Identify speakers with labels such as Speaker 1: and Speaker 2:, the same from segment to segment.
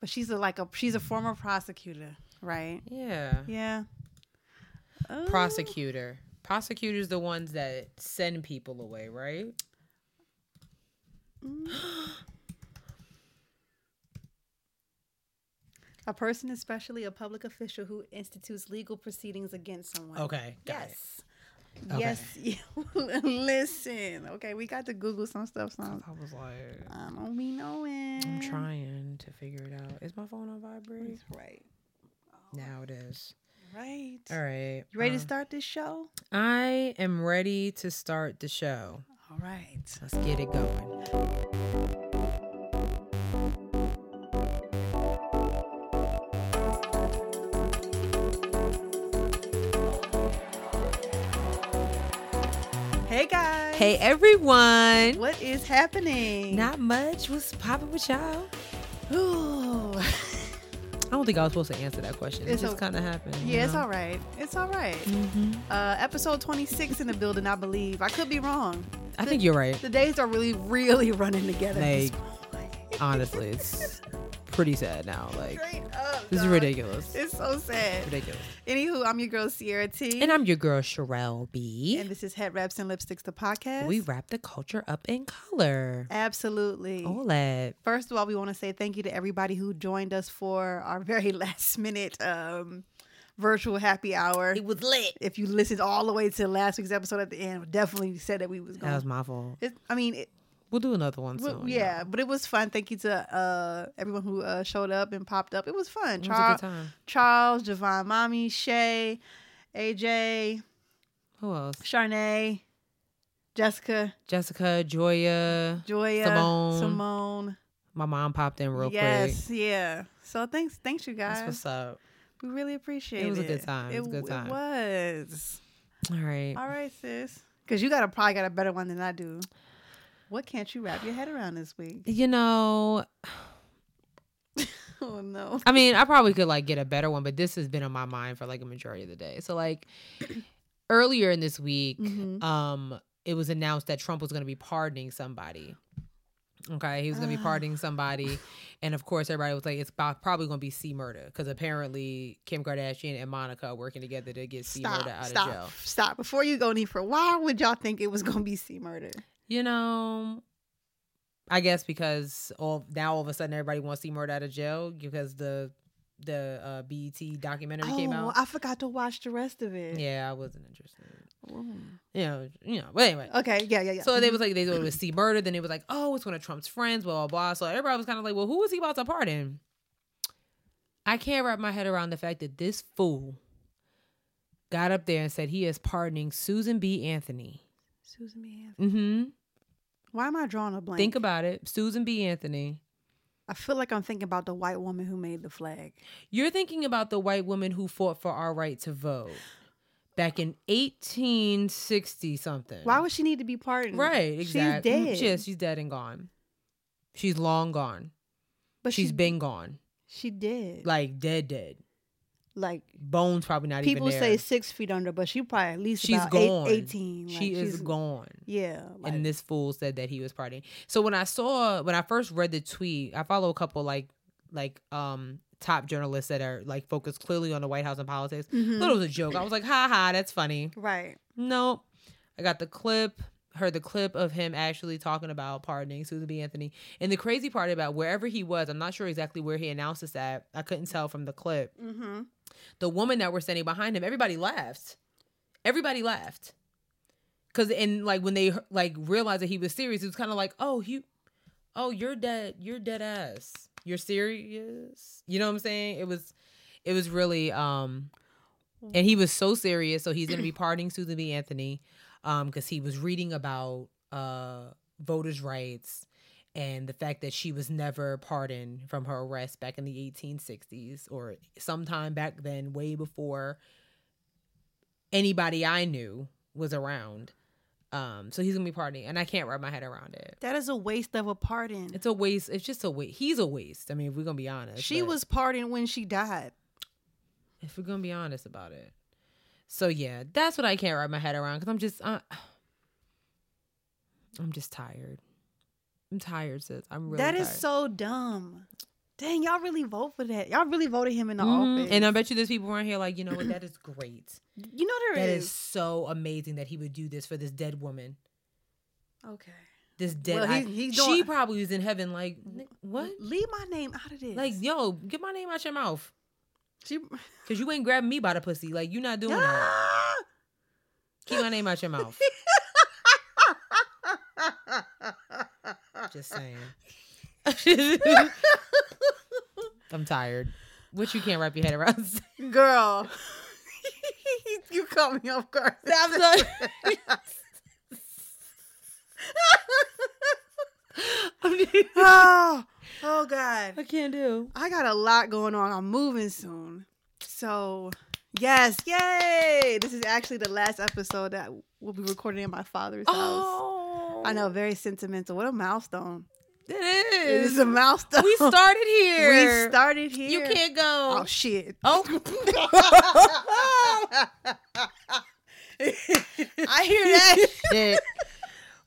Speaker 1: But she's a, like a she's a former prosecutor, right?
Speaker 2: Yeah.
Speaker 1: Yeah. Oh.
Speaker 2: Prosecutor. Prosecutors the ones that send people away, right?
Speaker 1: A person, especially a public official, who institutes legal proceedings against someone.
Speaker 2: Okay. Got it.
Speaker 1: Yes. Yes. Listen. Okay, we got to Google some stuff. Some.
Speaker 2: I was like,
Speaker 1: I don't be knowing.
Speaker 2: I'm trying to figure it out. Is my phone on vibrate?
Speaker 1: That's Right.
Speaker 2: Now it is.
Speaker 1: Right.
Speaker 2: All right.
Speaker 1: You ready to
Speaker 2: uh,
Speaker 1: start this show?
Speaker 2: I am ready to start the show.
Speaker 1: All right.
Speaker 2: Let's get it going.
Speaker 1: Hey guys.
Speaker 2: Hey everyone.
Speaker 1: What is happening?
Speaker 2: Not much. What's popping with y'all?
Speaker 1: Ooh.
Speaker 2: I don't think I was supposed to answer that question.
Speaker 1: It's
Speaker 2: it just
Speaker 1: okay.
Speaker 2: kind of happened.
Speaker 1: yeah, it's all right. It's all right.
Speaker 2: Mm-hmm.
Speaker 1: Uh, episode 26 in the building, I believe. I could be wrong.
Speaker 2: I think you're right.
Speaker 1: The days are really, really running together. at this point.
Speaker 2: Honestly, it's pretty sad now. Like
Speaker 1: Straight up.
Speaker 2: this is
Speaker 1: dog.
Speaker 2: ridiculous.
Speaker 1: It's so sad.
Speaker 2: ridiculous.
Speaker 1: Anywho, I'm your girl Sierra T.
Speaker 2: And I'm your girl Sherelle B.
Speaker 1: And this is Head Wraps and Lipsticks, the podcast.
Speaker 2: We wrap the culture up in color.
Speaker 1: Absolutely.
Speaker 2: All that.
Speaker 1: First of all, we want to say thank you to everybody who joined us for our very last minute um, virtual happy hour.
Speaker 2: was lit.
Speaker 1: If you listened all the way to last week's episode at the end, we definitely said that we was
Speaker 2: That
Speaker 1: going.
Speaker 2: was my fault.
Speaker 1: it, I mean, it,
Speaker 2: We'll do another one soon.
Speaker 1: well, yeah, but it was fun. Thank you to uh, everyone who uh, showed up and popped up. It was fun.
Speaker 2: It was a
Speaker 1: Charles,
Speaker 2: good time.
Speaker 1: Charles, Javon, Mommy, Shay, AJ,
Speaker 2: Who else?
Speaker 1: Charnay, Jessica,
Speaker 2: Jessica, Joya.
Speaker 1: Joya,
Speaker 2: Simone.
Speaker 1: Simone.
Speaker 2: My mom popped in real quick.
Speaker 1: yes, yeah. So thanks, thanks you
Speaker 2: That's
Speaker 1: guys.
Speaker 2: what's up.
Speaker 1: We really appreciate it.
Speaker 2: It was a good time. It was a good
Speaker 1: w-
Speaker 2: time.
Speaker 1: It was.
Speaker 2: All right.
Speaker 1: All right, sis. Because you got to probably got a better one than I do. What can't you wrap your head around this week?
Speaker 2: You know,
Speaker 1: Oh no.
Speaker 2: I mean, I probably could like get a better one, but this has been on my mind for like a majority of the day. So like earlier in this week,
Speaker 1: Mhm.
Speaker 2: um, it was announced that Trump was going to be pardoning somebody. Okay, he was going to be
Speaker 1: Ah.
Speaker 2: pardoning somebody, and of course, everybody was like, "It's bo- probably going to be C Murder," because apparently Kim Kardashian and Monica are working together to get C
Speaker 1: Stop!
Speaker 2: Murder out
Speaker 1: stop!
Speaker 2: of jail.
Speaker 1: Stop! Before you go any for why would y'all think it was gonna be C murder?
Speaker 2: You know, I guess because all now all of a sudden everybody wants C Murder out of jail because the the uh, BET documentary came
Speaker 1: Oh,
Speaker 2: out.
Speaker 1: I forgot to watch the rest of it.
Speaker 2: yeah, I wasn't interested.
Speaker 1: Ooh.
Speaker 2: you know, you know. But anyway,
Speaker 1: Okay. Yeah. Oh, Yeah. Yeah.
Speaker 2: so they
Speaker 1: Mhm.
Speaker 2: was like they thought it was C murder. Then it was like, oh, it's one of Trump's friends, blah blah blah. So everybody was kind of like, well, who was he about to pardon? I can't wrap my head around the fact that this fool got up there and said he is pardoning Susan B. Anthony.
Speaker 1: Susan B. Anthony.
Speaker 2: Mm-hmm.
Speaker 1: Why am I drawing a blank?
Speaker 2: Think about it, Susan B. Anthony.
Speaker 1: I feel like I'm thinking about the white woman who made the flag.
Speaker 2: You're thinking about the white woman who fought for our right to vote back in 1860 something.
Speaker 1: Why would she need to be pardoned?
Speaker 2: right? Exactly.
Speaker 1: She's dead.
Speaker 2: Yes, she's dead and gone. She's long gone.
Speaker 1: but
Speaker 2: she's
Speaker 1: she,
Speaker 2: been gone,
Speaker 1: She did. Like,
Speaker 2: like dead, dead.
Speaker 1: like
Speaker 2: Bones probably not
Speaker 1: people
Speaker 2: even
Speaker 1: say
Speaker 2: there.
Speaker 1: six feet under, but she probably at least
Speaker 2: She's
Speaker 1: about
Speaker 2: gone.
Speaker 1: Eight, 18. Like,
Speaker 2: she is
Speaker 1: she's-
Speaker 2: gone.
Speaker 1: Yeah. Like,
Speaker 2: and this fool said that he was partying. So when I saw, when I first read the tweet, I follow a couple like, like um top journalists that are like focused clearly on the White House and politics.
Speaker 1: Mhm.
Speaker 2: Thought it was a joke. I was like, ha ha, that's funny.
Speaker 1: right.
Speaker 2: Nope. I got the clip, heard the clip of him actually talking about pardoning Susan B. Anthony. And the crazy part about wherever he was, I'm not sure exactly where he announced this at. I couldn't tell from the clip.
Speaker 1: Mm-hmm.
Speaker 2: the woman that were standing behind him, everybody laughed. Everybody laughed. Cause and like when they like realized that he was serious, it was kind of like, oh, you, oh, you're dead, you're dead ass, you're serious. You know what I'm saying? It was, it was really, um, and he was so serious. So he's gonna be pardoning Susan B. Anthony, um, because he was reading about uh voters' rights and the fact that she was never pardoned from her arrest back in the 1860s or sometime back then, way before anybody I knew was around. Um, so he's gonna be pardoning, and I can't wrap my head around it.
Speaker 1: That is a waste of a pardon.
Speaker 2: It's a waste. It's just a waste. He's a waste. I mean, if we're gonna be honest,
Speaker 1: she
Speaker 2: but-
Speaker 1: was pardoned when she died.
Speaker 2: if we're gonna be honest about it. So yeah, that's what I can't wrap my head around because I'm just uh, I'm just tired. I'm tired, sis. I'm really
Speaker 1: That is
Speaker 2: tired.
Speaker 1: so dumb. dang, y'all really vote for that. Y'all really voted him in the
Speaker 2: Mhm.
Speaker 1: office.
Speaker 2: And I bet you there's people around here like, you know what, that is great.
Speaker 1: you know there
Speaker 2: That
Speaker 1: is.
Speaker 2: is so amazing that he would do this for this dead woman.
Speaker 1: Okay.
Speaker 2: This dead
Speaker 1: Well,
Speaker 2: eye.
Speaker 1: he- he's
Speaker 2: she
Speaker 1: doing-
Speaker 2: probably was in heaven like, "N- what?
Speaker 1: Leave my name out of this.
Speaker 2: Like, yo, get my name out your mouth.
Speaker 1: she.
Speaker 2: Cause you ain't grabbing me by the pussy. Like you not doing that.
Speaker 1: Ah!
Speaker 2: Keep my name out your mouth. Just saying. I'm tired. Which you can't wrap your head around.
Speaker 1: Girl. you caught me off guard.
Speaker 2: I'm sorry. I'm just-
Speaker 1: oh, oh God.
Speaker 2: I can't do.
Speaker 1: I got a lot going on. I'm moving soon. So, yes, yay! This is actually the last episode that will be recorded in my father's house.
Speaker 2: Oh,
Speaker 1: I know, very sentimental. What a milestone.
Speaker 2: It
Speaker 1: It
Speaker 2: is.
Speaker 1: is a milestone.
Speaker 2: we started here.
Speaker 1: We started here.
Speaker 2: You can't go.
Speaker 1: Oh, shit.
Speaker 2: Oh.
Speaker 1: I hear that.
Speaker 2: Shit.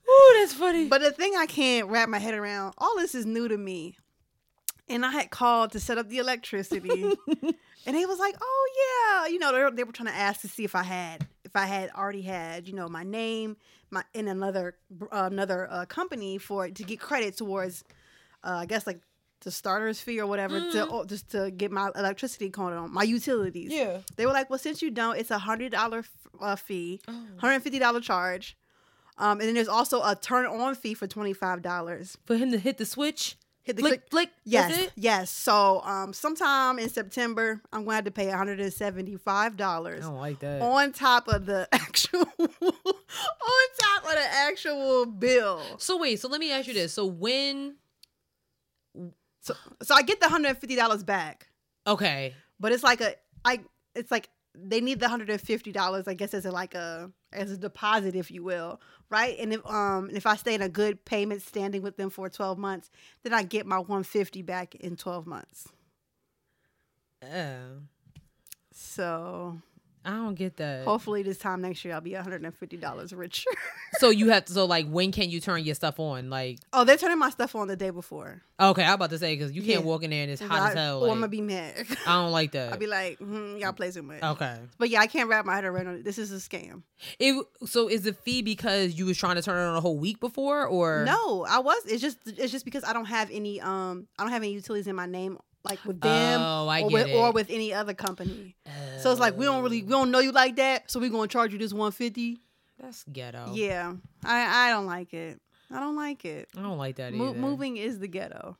Speaker 2: Ooh, that's funny.
Speaker 1: But the thing I can't wrap my head around, all this is new to me. And I had called to set up the electricity. and they was like, "Oh yeah, you know, they were, they were trying to ask to see if I had if I had already had, you know, my name, my in another uh, another uh, company for to get credit towards uh, I guess like the starter's fee or whatever to oh, just to get my electricity going on, my utilities."
Speaker 2: yeah.
Speaker 1: They were like, "Well, since you don't, it's a $100 f- uh, fee."
Speaker 2: Oh.
Speaker 1: $150 charge. Um, and then there's also a turn on fee for $25.
Speaker 2: For him to hit the switch.
Speaker 1: Hit the
Speaker 2: flick,
Speaker 1: click.
Speaker 2: flick. That's
Speaker 1: Yes,
Speaker 2: it?
Speaker 1: yes. So um, sometime in September, I'm going to have to pay $175
Speaker 2: I don't like that.
Speaker 1: on top of the actual, on top of the actual bill.
Speaker 2: So wait, so let me ask you this. So when
Speaker 1: So, so I get the $150 back,
Speaker 2: okay.
Speaker 1: but it's like a, I, it's like they need the $150, I guess, as a, like a, as a deposit, if you will, right? And if um if I stay in a good payment standing with them for 12 months, then I get my 150 back in 12 months.
Speaker 2: Oh,
Speaker 1: So
Speaker 2: I don't get that.
Speaker 1: hopefully this time next year I'll be $150 richer.
Speaker 2: So you have to so like when can you turn your stuff on? Like
Speaker 1: oh, they're turning my stuff on the day before.
Speaker 2: okay, I'm about to say because you can't
Speaker 1: Yeah.
Speaker 2: walk in there and it's
Speaker 1: Or
Speaker 2: hot as hell.
Speaker 1: I'm
Speaker 2: Like,
Speaker 1: gonna be mad.
Speaker 2: I don't like that.
Speaker 1: I'll be like, mm, y'all play too much.
Speaker 2: okay.
Speaker 1: But yeah, I can't wrap my head around it. This is a scam.
Speaker 2: It so is the fee because you was trying to turn it on a whole week before or
Speaker 1: No, I was. It's just it's just because I don't have any um I don't have any utilities in my name like with them
Speaker 2: Oh, I
Speaker 1: or,
Speaker 2: get
Speaker 1: with,
Speaker 2: it.
Speaker 1: or with any other company. So it's like we don't really we
Speaker 2: Oh,
Speaker 1: don't know you like that, so we're gonna charge you this one fifty.
Speaker 2: That's ghetto.
Speaker 1: Yeah, I I don't like it. I don't like it.
Speaker 2: I don't like that
Speaker 1: Mo-
Speaker 2: either.
Speaker 1: moving is the ghetto.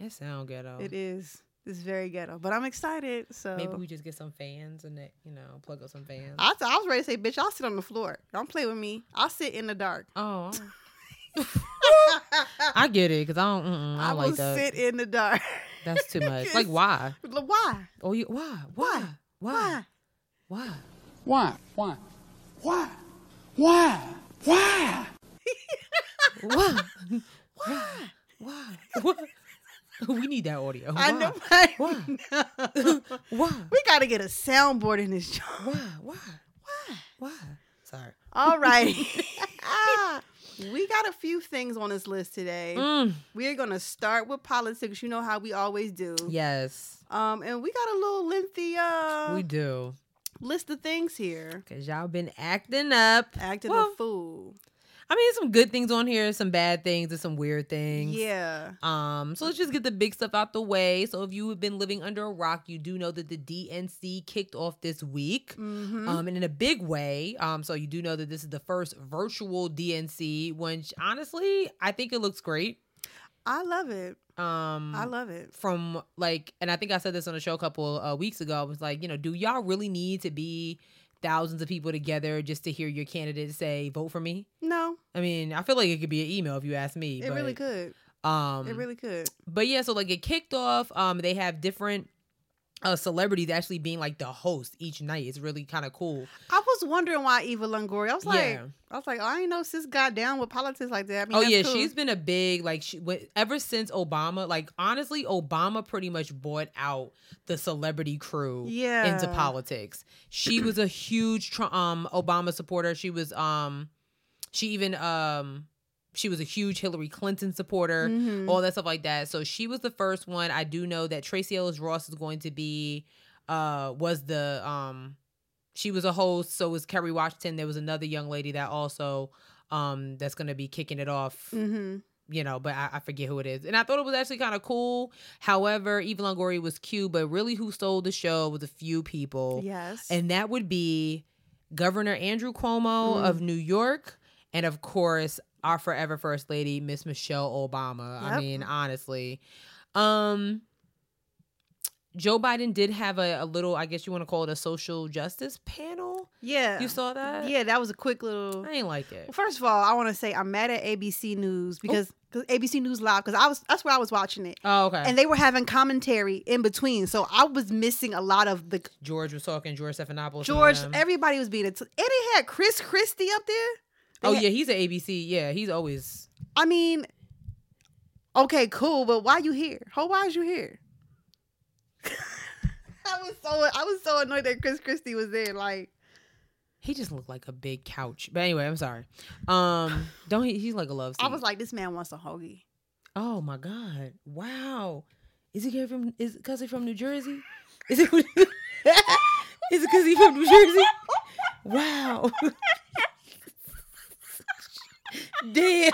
Speaker 2: It sound ghetto.
Speaker 1: It is. It's very ghetto. But I'm excited. So
Speaker 2: Maybe we just get some fans and that you know plug up some fans.
Speaker 1: I, I was ready to say, bitch, I'll sit on the floor. Don't play with me. I'll sit in the dark.
Speaker 2: oh, I get it because I don't. Mm-mm, I don't
Speaker 1: I
Speaker 2: like
Speaker 1: will
Speaker 2: that.
Speaker 1: sit in the dark.
Speaker 2: That's too much.
Speaker 1: Yes.
Speaker 2: Like why?
Speaker 1: Why?
Speaker 2: Oh, you why? Why? Why?
Speaker 1: Why?
Speaker 2: Why?
Speaker 3: Why? Why? Why? Why? Why?
Speaker 2: Why? Why? Why? We need that audio. Why?
Speaker 1: I know. right?
Speaker 2: Why?
Speaker 1: No.
Speaker 2: Why?
Speaker 1: we got to get a soundboard in this joint.
Speaker 2: Why? Why? Why? Sorry.
Speaker 1: All right. we got a few things on this list today.
Speaker 2: Mm,
Speaker 1: We are going to start with politics. You know how we always do.
Speaker 2: yes,
Speaker 1: Um, and we got a little lengthy uh,
Speaker 2: we do.
Speaker 1: list of things here.
Speaker 2: Cause y'all been acting up.
Speaker 1: Acting
Speaker 2: Well-
Speaker 1: a fool.
Speaker 2: I mean, some good things on here, some bad things, and some weird things.
Speaker 1: Yeah.
Speaker 2: Um, so let's just get the big stuff out the way. So if you have been living under a rock, you do know that the DNC kicked off this week.
Speaker 1: Mm-hmm.
Speaker 2: Um, and in a big way. Um, so you do know that this is the first virtual DNC, which honestly, I think it looks great.
Speaker 1: I love it.
Speaker 2: Um,
Speaker 1: I love it.
Speaker 2: from like, and I think I said this on a show a couple uh, weeks ago. I was like, you know, do y'all really need to be thousands of people together just to hear your candidate say, "Vote for me"?
Speaker 1: No,
Speaker 2: I mean, I feel like it could be an email if you ask me.
Speaker 1: it
Speaker 2: but,
Speaker 1: really could.
Speaker 2: Um,
Speaker 1: it really could.
Speaker 2: but yeah, so like it kicked off. Um, they have different uh celebrities actually being like the host each night. It's really kind of cool.
Speaker 1: I was wondering why Eva Longoria. I was like,
Speaker 2: yeah.
Speaker 1: I was like, oh, I ain't know sis got down with politics like that. I mean,
Speaker 2: oh
Speaker 1: that's
Speaker 2: yeah,
Speaker 1: cool.
Speaker 2: she's been a big like she went, ever since Obama. Like honestly, Obama pretty much bought out the celebrity crew
Speaker 1: yeah
Speaker 2: into politics. She was a huge Tru- um Obama supporter. She was um she even um she was a huge Hillary Clinton supporter,
Speaker 1: Mm-hmm.
Speaker 2: all that stuff like that. So she was the first one. I do know that Tracy Ellis Ross is going to be uh was the um she was a host, so was Kerry Washington. There was another young lady that also um that's gonna be kicking it off
Speaker 1: Mm-hmm.
Speaker 2: you know, but I, I forget who it is. And I thought it was actually kind of cool. However, Eva Longoria was cute, but really who stole the show was a few people.
Speaker 1: Yes.
Speaker 2: And that would be Governor Andrew Cuomo
Speaker 1: Mm.
Speaker 2: of New York, and of course, our forever first lady, Miss Michelle Obama. I
Speaker 1: Yep.
Speaker 2: mean, honestly. Um Joe Biden did have a, a little, I guess you want to call it a social justice panel.
Speaker 1: yeah.
Speaker 2: You saw that?
Speaker 1: Yeah, that was a quick little.
Speaker 2: I ain't like it.
Speaker 1: Well, first of all, I want to say I'm mad at ABC News because 'cause ABC News Live because I was that's where I was watching it.
Speaker 2: Oh, okay.
Speaker 1: And they were having commentary in between, so I was missing a lot of the
Speaker 2: George was talking, George Stephanopoulos. and
Speaker 1: George.
Speaker 2: them.
Speaker 1: Everybody was being a t- and they had Chris Christie up there. They
Speaker 2: Oh
Speaker 1: had-
Speaker 2: yeah, he's an ABC. Yeah, he's always.
Speaker 1: I mean, okay, cool, but why you here? How why is you here? I was so I was so annoyed that Chris Christie was there. Like,
Speaker 2: He just looked like a big couch. But anyway, I'm sorry. Um, don't he? He's like a love. Seat.
Speaker 1: I was like, this man wants a hoagie.
Speaker 2: oh my god, wow. Is he here from? Is because he from New Jersey? Is it? is it because he from New Jersey? Wow. Damn.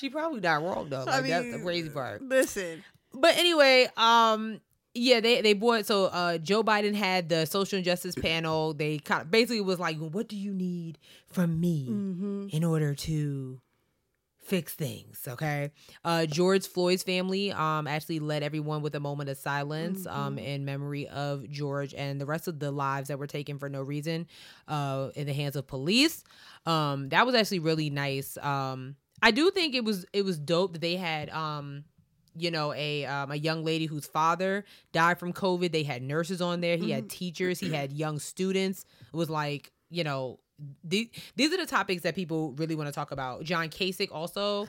Speaker 2: She probably not wrong though. Like,
Speaker 1: I
Speaker 2: that's the
Speaker 1: mean,
Speaker 2: crazy part.
Speaker 1: Listen,
Speaker 2: But anyway, um, yeah, they they bought so uh Joe Biden had the social injustice panel. They kind of basically was like, "What do you need from me
Speaker 1: Mm-hmm.
Speaker 2: in order to fix things?" Okay. Uh, George Floyd's family um actually led everyone with a moment of silence um in memory of George and the rest of the lives that were taken for no reason, uh, in the hands of police. Um, that was actually really nice. Um, I do think it was it was dope that they had um you know a um, a young lady whose father died from covid they had nurses on there he had teachers he had young students it was like you know the, these are the topics that people really want to talk about john kasich also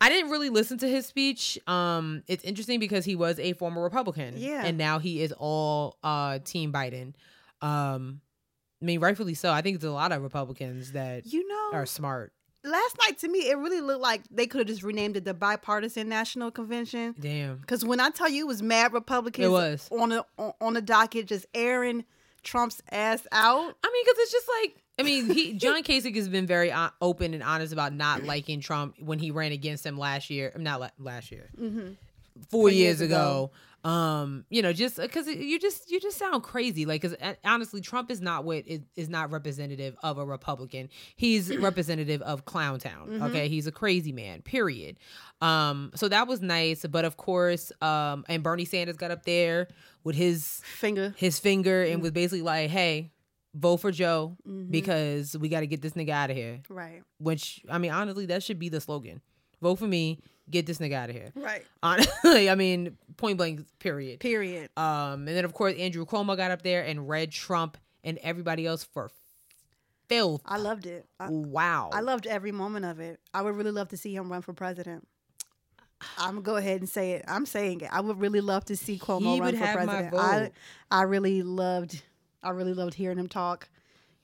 Speaker 2: i didn't really listen to his speech um it's interesting because he was a former republican
Speaker 1: Yeah.
Speaker 2: and now he is all uh team biden um i mean rightfully so i think it's a lot of republicans that
Speaker 1: you know,
Speaker 2: are smart
Speaker 1: last night to me it really looked like they could have just renamed it the bipartisan national convention.
Speaker 2: damn
Speaker 1: Because when I tell you it was mad Republicans
Speaker 2: It was.
Speaker 1: on the on, on the docket, just airing Trump's ass out.
Speaker 2: I mean, because it's just like I mean, he John Kasich has been very o- open and honest about not liking Trump when he ran against him last year. Not la- last year, four years,
Speaker 1: years
Speaker 2: ago. Um, you know, just because you just you just sound crazy. Like, because honestly, Trump is not what is, is not representative of a Republican. He's representative of Clown Town. Okay, he's a crazy man. Period. Um, so that was nice, but of course, um, and Bernie Sanders got up there with his
Speaker 1: Finger.
Speaker 2: his finger
Speaker 1: Mm.
Speaker 2: and was basically like, "Hey, vote for Joe
Speaker 1: Mm-hmm.
Speaker 2: because we got to get this nigga out of here."
Speaker 1: Right.
Speaker 2: Which I mean, honestly, that should be the slogan: "Vote for me, get this nigga out of here."
Speaker 1: Right.
Speaker 2: Honestly, I mean, point blank, period.
Speaker 1: Period.
Speaker 2: Um, and then of course Andrew Cuomo got up there and read Trump and everybody else for filth.
Speaker 1: I loved it. I,
Speaker 2: wow,
Speaker 1: I loved every moment of it. I would really love to see him run for president. I'm gonna go ahead and say it. I'm saying it. I would really love to see Cuomo
Speaker 2: He
Speaker 1: run
Speaker 2: would
Speaker 1: for
Speaker 2: have my
Speaker 1: president. I
Speaker 2: vote.
Speaker 1: I really loved I really loved hearing him talk.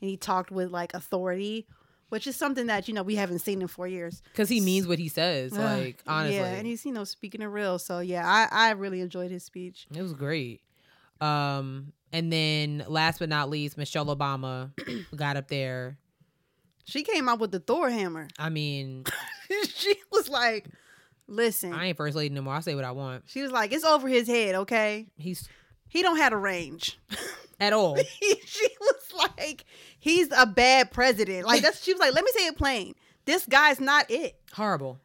Speaker 1: And he talked with like authority, which is something that, you know, we haven't seen in four years.
Speaker 2: because he means what he says. Like honestly,
Speaker 1: Yeah, and he's, you know, speaking it real. So yeah, I, I really enjoyed his speech.
Speaker 2: It was great. Um, and then last but not least, Michelle Obama got up there.
Speaker 1: She came out with the Thor hammer.
Speaker 2: I mean,
Speaker 1: she was like, Listen.
Speaker 2: I ain't first lady no more. I say what I want.
Speaker 1: she was like, It's over his head, okay?
Speaker 2: He's
Speaker 1: He don't have a range.
Speaker 2: at all.
Speaker 1: she was like, he's a bad president. Like that's she was like, let me say it plain. This guy's not it.
Speaker 2: Horrible.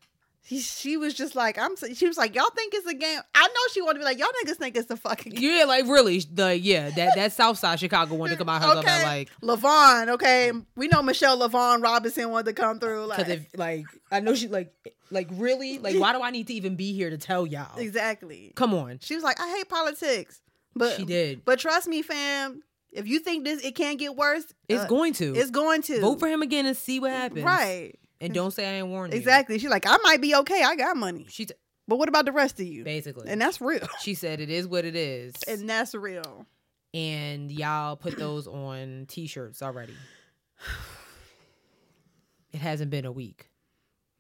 Speaker 1: He, she was just like, I'm. so- She was like, y'all think it's a game. I know she wanted to be like, y'all niggas think it's a fucking. game.
Speaker 2: Yeah, like really. Like, yeah, that, that Southside Chicago wanted to come out her okay.
Speaker 1: okay,
Speaker 2: like
Speaker 1: Lavon. Okay, we know Michelle Lavon Robinson wanted to come through. Like,
Speaker 2: because if like I know she like like really like why do I need to even be here to tell y'all?
Speaker 1: exactly.
Speaker 2: Come on.
Speaker 1: She was like, I hate politics, but
Speaker 2: She did.
Speaker 1: But trust me, fam. If you think this, it can't get worse.
Speaker 2: It's
Speaker 1: uh,
Speaker 2: going to.
Speaker 1: It's going to
Speaker 2: Vote for him again and see what happens.
Speaker 1: Right.
Speaker 2: And don't say I ain't warned you.
Speaker 1: Exactly. She's like, I might be okay. I got money.
Speaker 2: She t-
Speaker 1: But what about the rest of you?
Speaker 2: basically.
Speaker 1: And that's real.
Speaker 2: she said it is what it is.
Speaker 1: And that's real.
Speaker 2: and y'all put those on t-shirts already. It hasn't been a week.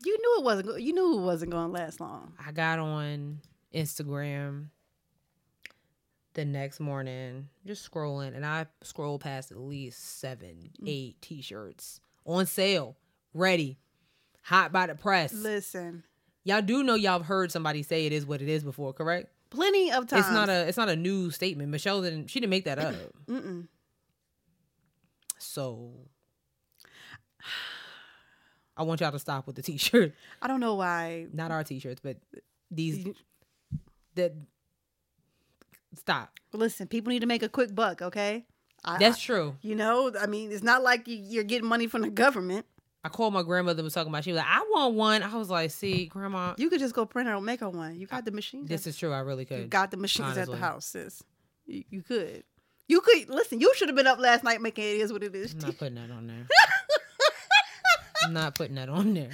Speaker 1: You knew it wasn't. go- You knew it wasn't going to last long.
Speaker 2: I got on Instagram the next morning, just scrolling, and I scrolled past at least seven, eight t shirts on sale, ready, hot by the press.
Speaker 1: Listen,
Speaker 2: Y'all do know y'all have heard somebody say it is what it is before, correct?
Speaker 1: plenty of times.
Speaker 2: It's not a it's not a new statement. Michelle didn't she didn't make that up.
Speaker 1: Mm-mm.
Speaker 2: So I want y'all to stop with the t shirt.
Speaker 1: I don't know why.
Speaker 2: Not our t shirts, but these that stop.
Speaker 1: Listen, people need to make a quick buck. Okay. I,
Speaker 2: That's true.
Speaker 1: You know, I mean, it's not like you- you're getting money from the government.
Speaker 2: I called my grandmother was talking about. it. She was like, "I want one." I was like, "See, grandma,
Speaker 1: You could just go print her and make her one. You got the machines.
Speaker 2: this is true. I really
Speaker 1: at, you
Speaker 2: could."
Speaker 1: got the machines at
Speaker 2: honestly.
Speaker 1: the house, sis. You, you could. You could listen. You should have been up last night making it is what it is.
Speaker 2: I'm not putting that on there. I'm not putting that on there.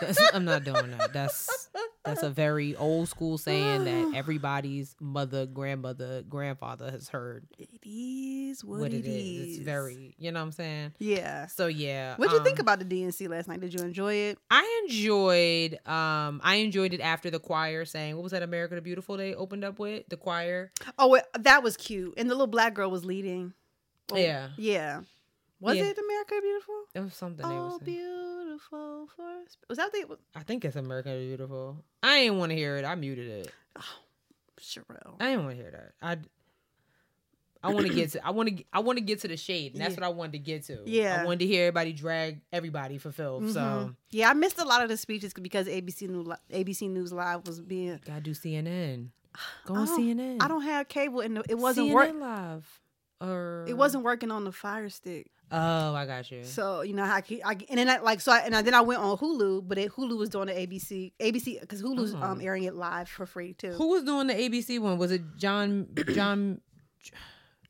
Speaker 2: That's, I'm not doing that. That's that's a very old school saying that everybody's mother, grandmother, grandfather has heard
Speaker 1: It is what,
Speaker 2: what, it is. It's very, you know what I'm saying.
Speaker 1: yeah.
Speaker 2: So yeah.
Speaker 1: What'd you think
Speaker 2: um,
Speaker 1: about the DNC last night? Did you enjoy it?
Speaker 2: I enjoyed um I enjoyed it after the choir sang what was that America the Beautiful they opened up with the choir
Speaker 1: Oh, it, that was cute. And the little black girl was leading. Oh,
Speaker 2: Yeah.
Speaker 1: Yeah. Was
Speaker 2: Yeah.
Speaker 1: it America Beautiful?
Speaker 2: it was something they were
Speaker 1: Oh,
Speaker 2: saying.
Speaker 1: beautiful for us. Was that the
Speaker 2: I think it's American Beautiful. I didn't want to hear it. I muted it.
Speaker 1: Sherelle?
Speaker 2: I didn't want to hear that. I I want to get to I want to I want to get to the shade. And that's
Speaker 1: Yeah.
Speaker 2: what I wanted to get to.
Speaker 1: Yeah.
Speaker 2: I wanted to hear everybody drag everybody for filth. So
Speaker 1: Mhm. yeah, I missed a lot of the speeches because ABC News, ABC News Live was being.
Speaker 2: gotta do CNN. Go
Speaker 1: I
Speaker 2: on
Speaker 1: don't-
Speaker 2: CNN.
Speaker 1: Oh, I don't have cable, and it wasn't
Speaker 2: CNN
Speaker 1: work.
Speaker 2: live. Or
Speaker 1: It wasn't working on the Fire Stick,
Speaker 2: Oh, I got you.
Speaker 1: so you know I, ca- I and then I like so I, and I, then I went on Hulu, but it, Hulu was doing the ABC ABC because Hulu's
Speaker 2: Oh.
Speaker 1: um airing it live for free too.
Speaker 2: Who was doing the ABC one? Was it John John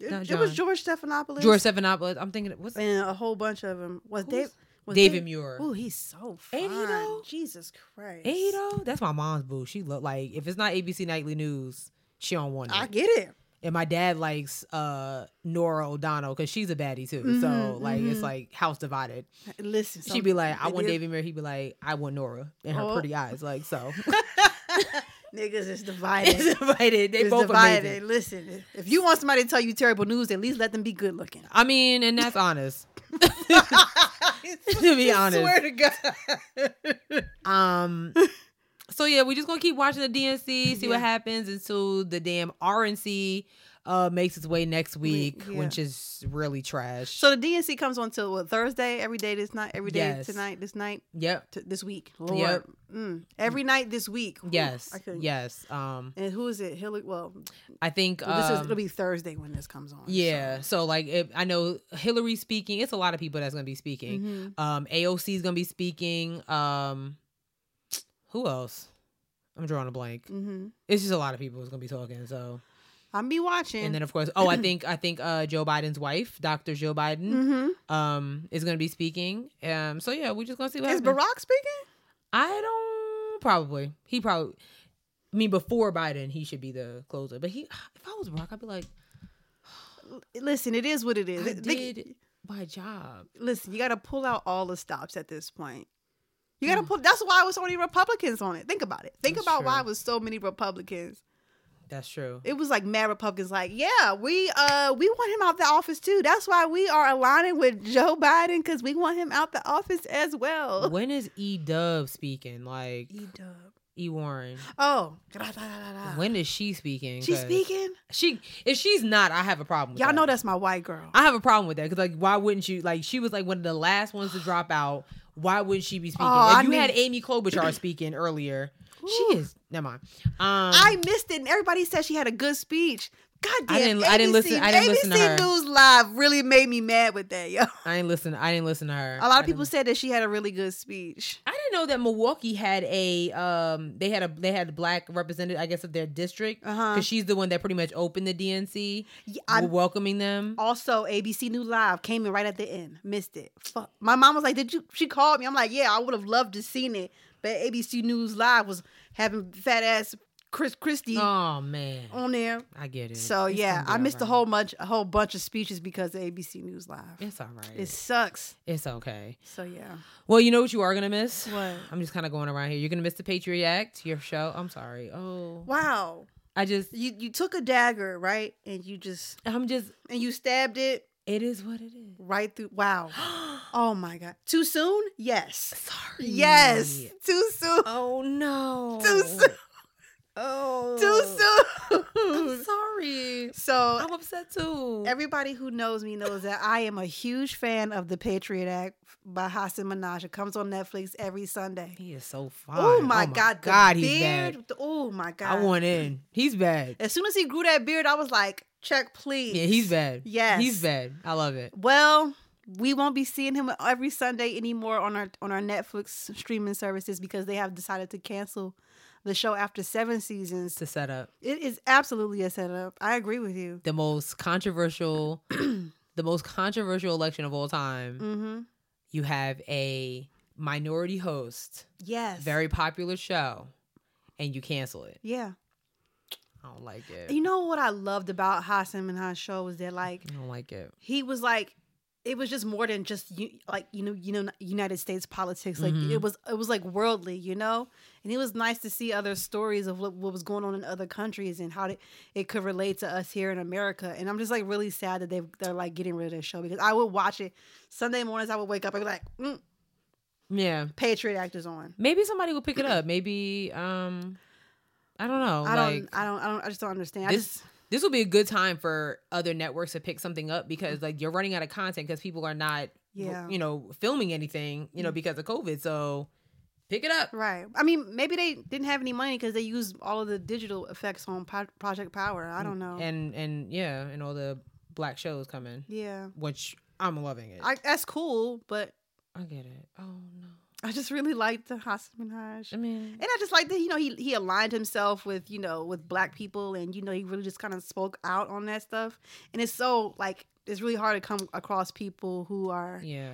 Speaker 1: It,
Speaker 2: Not
Speaker 1: it was
Speaker 2: John.
Speaker 1: George Stephanopoulos,
Speaker 2: George Stephanopoulos? I'm thinking what's
Speaker 1: and a whole bunch of them. Was
Speaker 2: Who's-
Speaker 1: Dave? Was
Speaker 2: David Muir.
Speaker 1: Oh, he's so fine.
Speaker 2: Ain't he though?
Speaker 1: Jesus Christ.
Speaker 2: Hey though, oh? that's my mom's boo. She look like if it's not ABC Nightly News, she don't want it.
Speaker 1: I get it.
Speaker 2: and my dad likes uh Nora O'Donnell because she's a baddie too. so
Speaker 1: Mhm,
Speaker 2: like it's
Speaker 1: mhm.
Speaker 2: like house divided.
Speaker 1: Listen,
Speaker 2: She'd be like, I
Speaker 1: it
Speaker 2: want
Speaker 1: is-
Speaker 2: David Muir. He'd be like, I want Nora and her
Speaker 1: Oh.
Speaker 2: pretty eyes. Like so,
Speaker 1: niggas is divided.
Speaker 2: it's divided. They
Speaker 1: It's
Speaker 2: both
Speaker 1: divided.
Speaker 2: amazing.
Speaker 1: Listen, if you want somebody to tell you terrible news, at least let them be good looking.
Speaker 2: I mean, and that's honest.
Speaker 1: to
Speaker 2: be honest.
Speaker 1: swear to God.
Speaker 2: Um. So yeah, we just gonna keep watching the DNC, see
Speaker 1: Yeah.
Speaker 2: what happens until the damn RNC uh makes its way next week,
Speaker 1: yeah.
Speaker 2: which is really trash.
Speaker 1: So the DNC comes on till what, Thursday every day this night, every day
Speaker 2: Yes.
Speaker 1: tonight, this night,
Speaker 2: yep.
Speaker 1: t- this week. Lord,
Speaker 2: Yep.
Speaker 1: mm. every night this week. Whew,
Speaker 2: Yes.
Speaker 1: I couldn't.
Speaker 2: Yes. Um.
Speaker 1: And who is it? Hillary. Well,
Speaker 2: I think
Speaker 1: well, this is
Speaker 2: um,
Speaker 1: it'll be Thursday when this comes on. so.
Speaker 2: Yeah. So, like, if, I know Hillary speaking. It's a lot of people that's going to be speaking.
Speaker 1: Mhm.
Speaker 2: Um, AOC is going to be speaking. Um, who else? I'm drawing a blank.
Speaker 1: Mhm.
Speaker 2: It's just a lot of people is going to be talking. So,
Speaker 1: I'm be watching.
Speaker 2: and then of course, oh, I think I think uh, Joe Biden's wife, Dr. Joe Biden,
Speaker 1: Mhm.
Speaker 2: um, is going to be speaking. Um, so yeah, we're just going to see what
Speaker 1: Is
Speaker 2: happens.
Speaker 1: Barack speaking?
Speaker 2: I don't probably. He probably. I mean, before Biden, he should be the closer. But he, if I was Barack, I'd be like,
Speaker 1: Listen, it is what it is.
Speaker 2: I
Speaker 1: They-
Speaker 2: did my job.
Speaker 1: listen, you got to pull out all the stops at this point. You got to pull. That's why it was so many Republicans on it. Think about it. Think
Speaker 2: Hmm. That's
Speaker 1: about why
Speaker 2: true.
Speaker 1: it was so many Republicans.
Speaker 2: That's true.
Speaker 1: It was like mad Republicans. Like, yeah, we uh we want him out the office too. That's why we are aligning with Joe Biden because we want him out the office as well.
Speaker 2: when is E Dub speaking? Like
Speaker 1: E Dub.
Speaker 2: E Warren.
Speaker 1: Oh, da, da, da, da, da.
Speaker 2: When is she speaking?
Speaker 1: she's
Speaker 2: 'Cause
Speaker 1: speaking.
Speaker 2: She if she's not, I have a problem. With
Speaker 1: Y'all
Speaker 2: that.
Speaker 1: know that's my white girl.
Speaker 2: I have a problem with that because like, why wouldn't you? Like, she was like one of the last ones to drop out. Why wouldn't she be speaking?
Speaker 1: Oh,
Speaker 2: If
Speaker 1: I
Speaker 2: you had
Speaker 1: need-
Speaker 2: Amy Klobuchar speaking earlier.
Speaker 1: Ooh.
Speaker 2: She is. Never mind. Um,
Speaker 1: I missed it, and everybody said she had a good speech. God damn,
Speaker 2: I didn't- I didn't listen- I didn't
Speaker 1: ABC
Speaker 2: listen to her.
Speaker 1: News Live really made me mad with that, yo.
Speaker 2: I didn't listen. I didn't listen to her.
Speaker 1: A lot
Speaker 2: I
Speaker 1: of people
Speaker 2: didn't-
Speaker 1: said that she had a really good speech.
Speaker 2: I didn't know that Milwaukee had a um they had a they had a black representative I guess of their district because
Speaker 1: Uh-huh.
Speaker 2: she's the one that pretty much opened the DNC
Speaker 1: Yeah, I- Oh,
Speaker 2: welcoming them.
Speaker 1: Also, ABC New Live came in right at the end. Missed it. Fuck. My mom was like, "Did you?" She called me. I'm like, "Yeah, I would have loved to seen it, but ABC News Live was having fat ass Chris Christie
Speaker 2: Oh man,
Speaker 1: on there.
Speaker 2: I get it.
Speaker 1: So
Speaker 2: It's
Speaker 1: yeah,
Speaker 2: gonna be
Speaker 1: I missed a
Speaker 2: alright.
Speaker 1: whole bunch, a whole bunch of speeches because of ABC News Live.
Speaker 2: It's all right.
Speaker 1: It
Speaker 2: It's
Speaker 1: sucks.
Speaker 2: it's okay.
Speaker 1: So yeah,
Speaker 2: Well, you know what you are gonna miss.
Speaker 1: What?
Speaker 2: I'm just kind of going around here. You're gonna miss the Patriot Act, your show. I'm sorry. Oh,
Speaker 1: wow.
Speaker 2: I just,
Speaker 1: You you took a dagger right, and you just
Speaker 2: I'm just.
Speaker 1: and you stabbed it
Speaker 2: It is what it is.
Speaker 1: right through. Wow. Oh my god. Too soon? Yes.
Speaker 2: sorry.
Speaker 1: Yes. Too soon.
Speaker 2: Oh no.
Speaker 1: Too soon.
Speaker 2: Oh.
Speaker 1: Too soon.
Speaker 2: I'm sorry.
Speaker 1: So
Speaker 2: I'm upset too.
Speaker 1: Everybody who knows me knows that I am a huge fan of The Patriot Act by Hassan Minaj. It comes on Netflix every Sunday.
Speaker 2: he is so fine.
Speaker 1: Oh my, God, the
Speaker 2: God, he's
Speaker 1: beard.
Speaker 2: bad.
Speaker 1: with the- oh my God.
Speaker 2: I want in. He's bad.
Speaker 1: As soon as he grew that beard, I was like, check, please.
Speaker 2: Yeah, he's bad.
Speaker 1: Yes.
Speaker 2: he's bad. I love it.
Speaker 1: Well, we won't be seeing him every Sunday anymore on our on our Netflix streaming services because they have decided to cancel the show after seven seasons.
Speaker 2: To set up
Speaker 1: It is absolutely a setup. I agree with you.
Speaker 2: the most controversial, the most controversial election of all time.
Speaker 1: Mm-hmm.
Speaker 2: You have a minority host,
Speaker 1: Yes.
Speaker 2: very popular show, and you cancel it.
Speaker 1: Yeah.
Speaker 2: I don't like it.
Speaker 1: You know what I loved about Hassan and Minhaj's show was that like
Speaker 2: I don't like it.
Speaker 1: he was like it was just more than just you like you know you know United States politics like
Speaker 2: Mhm.
Speaker 1: it was it was like worldly you know and it was nice to see other stories of what, what was going on in other countries and how it, it could relate to us here in America and I'm just like really sad that they they're like getting rid of this show because I would watch it Sunday mornings I would wake up and be like mm,
Speaker 2: Yeah,
Speaker 1: Patriot Act is on
Speaker 2: maybe somebody will pick it up. Maybe um, I don't know.
Speaker 1: I
Speaker 2: like,
Speaker 1: don't I don't I don't I just don't understand I
Speaker 2: this
Speaker 1: just
Speaker 2: this will be a good time for other networks to pick something up because like you're running out of content because people are not
Speaker 1: Yeah.
Speaker 2: you know filming anything you know because of covid so pick it up
Speaker 1: right I mean maybe they didn't have any money because they used all of the digital effects on po- Project Power I don't know
Speaker 2: Mm, and and yeah and all the black shows coming
Speaker 1: yeah
Speaker 2: which i'm loving it I,
Speaker 1: I, that's cool, but
Speaker 2: get it oh no
Speaker 1: I just really liked the Hassan Minaj.
Speaker 2: i mean
Speaker 1: And I just like that, you know, he he aligned himself with, you know, with black people and you know, he really just kind of spoke out on that stuff. And it's so like it's really hard to come across people who are
Speaker 2: yeah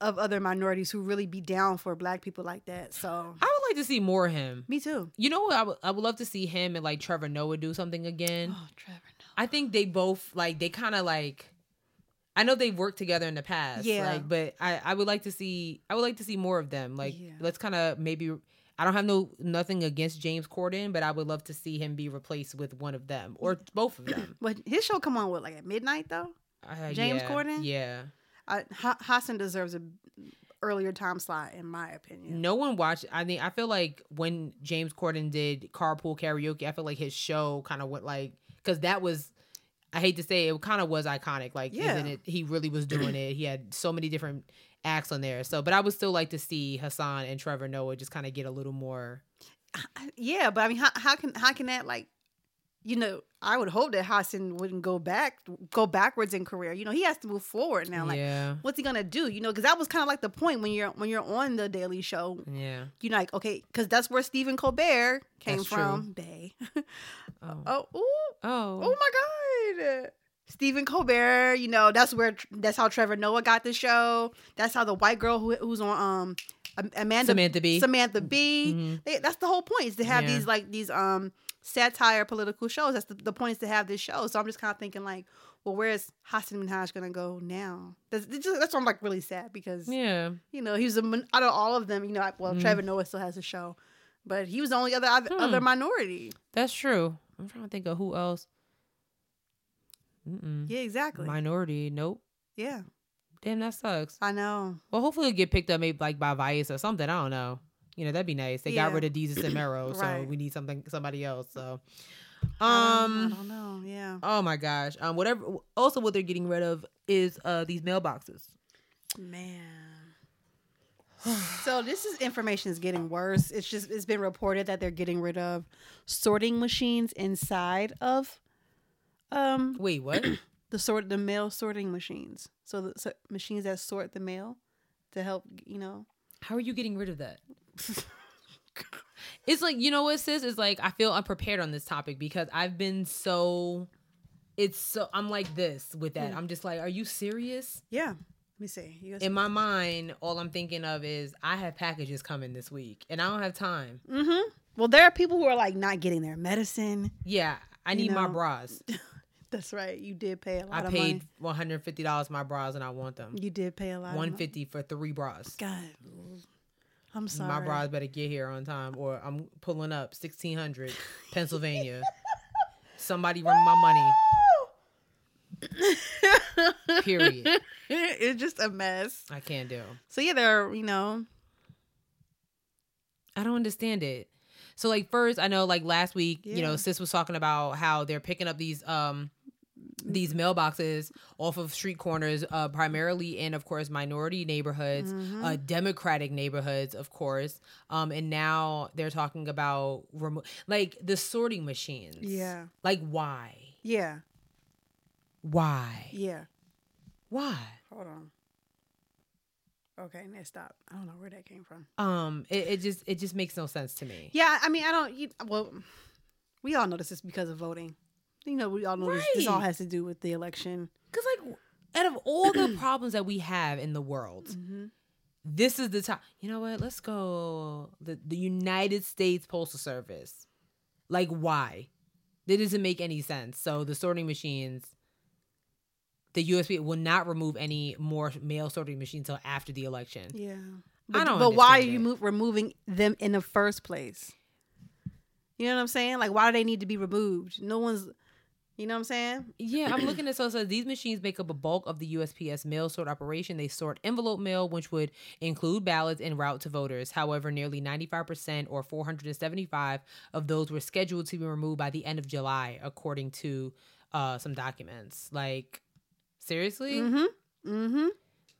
Speaker 1: of other minorities who really be down for black people like that. So
Speaker 2: i would like to see more of him
Speaker 1: me too.
Speaker 2: you know what I would- I would love to see him and like trevor noah do something again
Speaker 1: Oh, Trevor. No.
Speaker 2: I think they both like they kind of like. I know they've worked together in the past,
Speaker 1: Yeah.
Speaker 2: Like, but I, I would like to see I would like to see more of them. Like,
Speaker 1: Yeah.
Speaker 2: let's kind of maybe I don't have no nothing against James Corden, but I would love to see him be replaced with one of them or both of them.
Speaker 1: But his show come on what like at midnight though.
Speaker 2: Uh,
Speaker 1: James
Speaker 2: yeah,
Speaker 1: Corden?
Speaker 2: Yeah.
Speaker 1: I, Ha- Hassan deserves a earlier time slot in my opinion.
Speaker 2: No one watched. I mean, I feel like when James Corden did Carpool Karaoke, I feel like his show kind of went like because that was. I hate to say it, kind of was iconic. Like,
Speaker 1: Yeah.
Speaker 2: isn't it? He really was doing it. He had so many different acts on there. So, but I would still like to see Hassan and Trevor Noah just kind of get a little more.
Speaker 1: Yeah, but I mean, how, how can how can that like, you know, I would hope that Hassan wouldn't go back, go backwards in career. You know, he has to move forward now. Like,
Speaker 2: yeah,
Speaker 1: what's he gonna do? You know, because that was kind of like the point when you're when you're on the Daily Show.
Speaker 2: yeah.
Speaker 1: You're like, okay, because that's where Stephen Colbert came
Speaker 2: That's
Speaker 1: from. Bay.
Speaker 2: Oh, oh,
Speaker 1: oh, ooh, oh my God. Stephen Colbert, you know, that's where that's how Trevor Noah got the show. That's how the white girl who, who's on um Am- Amanda
Speaker 2: Samantha B.
Speaker 1: Samantha B.
Speaker 2: Mhm.
Speaker 1: They, that's the whole point is to have
Speaker 2: Yeah.
Speaker 1: these like these um satire political shows. That's the, the point is to have this show. So I'm just kind of thinking like, well, where is Hassan Minhaj gonna go now? That's, that's just- that's why I'm like really sad because
Speaker 2: yeah.
Speaker 1: you know he was a, min- out of all of them. You know, I- well
Speaker 2: Mhm.
Speaker 1: Trevor Noah still has a show, but he was the only other other, other
Speaker 2: Hmm.
Speaker 1: minority.
Speaker 2: That's true. I'm trying to think of who else. Mm-mm.
Speaker 1: Yeah, exactly.
Speaker 2: Minority. Nope.
Speaker 1: yeah,
Speaker 2: Damn, that sucks.
Speaker 1: I know.
Speaker 2: Well, hopefully it'll get picked up maybe like by Vice or something. I don't know. You know, that'd be nice. They
Speaker 1: Yeah.
Speaker 2: got rid of Deezus and Mero, so
Speaker 1: Right.
Speaker 2: we need something somebody else. So
Speaker 1: I don't-
Speaker 2: um
Speaker 1: I don't know. Yeah.
Speaker 2: Oh my gosh. Um whatever also what they're getting rid of is uh these mailboxes.
Speaker 1: Man. so this is information is getting worse. It's just it's been reported that they're getting rid of sorting machines inside of um
Speaker 2: Wait, what?
Speaker 1: the sort the mail sorting machines. So the so machines that sort the mail to help, you know.
Speaker 2: How are you getting rid of that? It's like, you know what, sis? It's like I feel unprepared on this topic because I've been so it's so I'm like this with that. I'm just like, are you serious?
Speaker 1: yeah. Let me see. You guys-
Speaker 2: In my mind, all I'm thinking of is I have packages coming this week and I don't have time.
Speaker 1: mhm. Well, there are people who are like not getting their medicine.
Speaker 2: Yeah, I need my
Speaker 1: know,
Speaker 2: bras.
Speaker 1: That's right. You did pay a
Speaker 2: I
Speaker 1: lot of
Speaker 2: paid
Speaker 1: money.
Speaker 2: one hundred fifty dollars my bras, and I want them.
Speaker 1: You did pay a lot.
Speaker 2: One
Speaker 1: One fifty.
Speaker 2: fifty for three bras.
Speaker 1: God, I'm sorry.
Speaker 2: My bras better get here on time, or I'm pulling up sixteen hundred Pennsylvania. Somebody run my money. Period.
Speaker 1: it's just a mess.
Speaker 2: I can't do.
Speaker 1: So yeah, there. Are, you know,
Speaker 2: I don't understand it. So like first, I know like last week, you know,
Speaker 1: Yeah.
Speaker 2: sis was talking about how they're picking up these um these mailboxes off of street corners, uh, primarily in, of course, minority neighborhoods, uh, democratic neighborhoods, of course. Um, and now they're talking about remo- like the sorting machines.
Speaker 1: Yeah.
Speaker 2: Like why?
Speaker 1: yeah,
Speaker 2: Why?
Speaker 1: yeah.
Speaker 2: Why?
Speaker 1: Hold on. Okay, now stop. I don't know where that came from.
Speaker 2: Um, it, it just it just makes no sense to me.
Speaker 1: Yeah, I mean, I don't. You, well, we all know this is because of voting. You know, we all know this, this all
Speaker 2: Right.
Speaker 1: has to do with the election.
Speaker 2: Because, like, out of all the problems that we have in the world,
Speaker 1: Mm-hmm.
Speaker 2: this is the time. You know what? Let's go. The, the United States Postal Service. Like, why? That doesn't make any sense. So, the sorting machines, the USP will not remove any more mail sorting machines until after the election.
Speaker 1: Yeah. But,
Speaker 2: don't
Speaker 1: but why are
Speaker 2: understand
Speaker 1: you
Speaker 2: it.
Speaker 1: move, removing them in the first place? You know what I'm saying? Like, why do they need to be removed? No one's, you know what I'm saying?
Speaker 2: Yeah, I'm looking at so it says these machines make up a bulk of the USPS mail sort operation. They sort envelope mail, which would include ballots en route to voters. However, nearly 95% or 475 of those were scheduled to be removed by the end of July, according to uh, some documents. Like, seriously,
Speaker 1: Mm-hmm. Mm-hmm.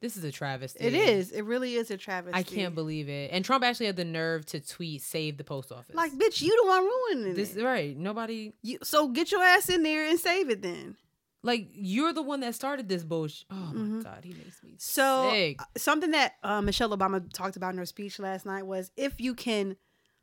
Speaker 2: this is a travesty.
Speaker 1: It is. It really is a travesty.
Speaker 2: I can't believe it. And Trump actually had the nerve to tweet, "Save the post office."
Speaker 1: Like, bitch, you the one ruining
Speaker 2: this,
Speaker 1: it.
Speaker 2: right? Nobody
Speaker 1: You, so get your ass in there and save it then.
Speaker 2: like you're the one that started this bullshit. Oh
Speaker 1: Mm-hmm.
Speaker 2: my god, he makes me
Speaker 1: So
Speaker 2: sick.
Speaker 1: uh, something that uh, Michelle Obama talked about in her speech last night was if you can,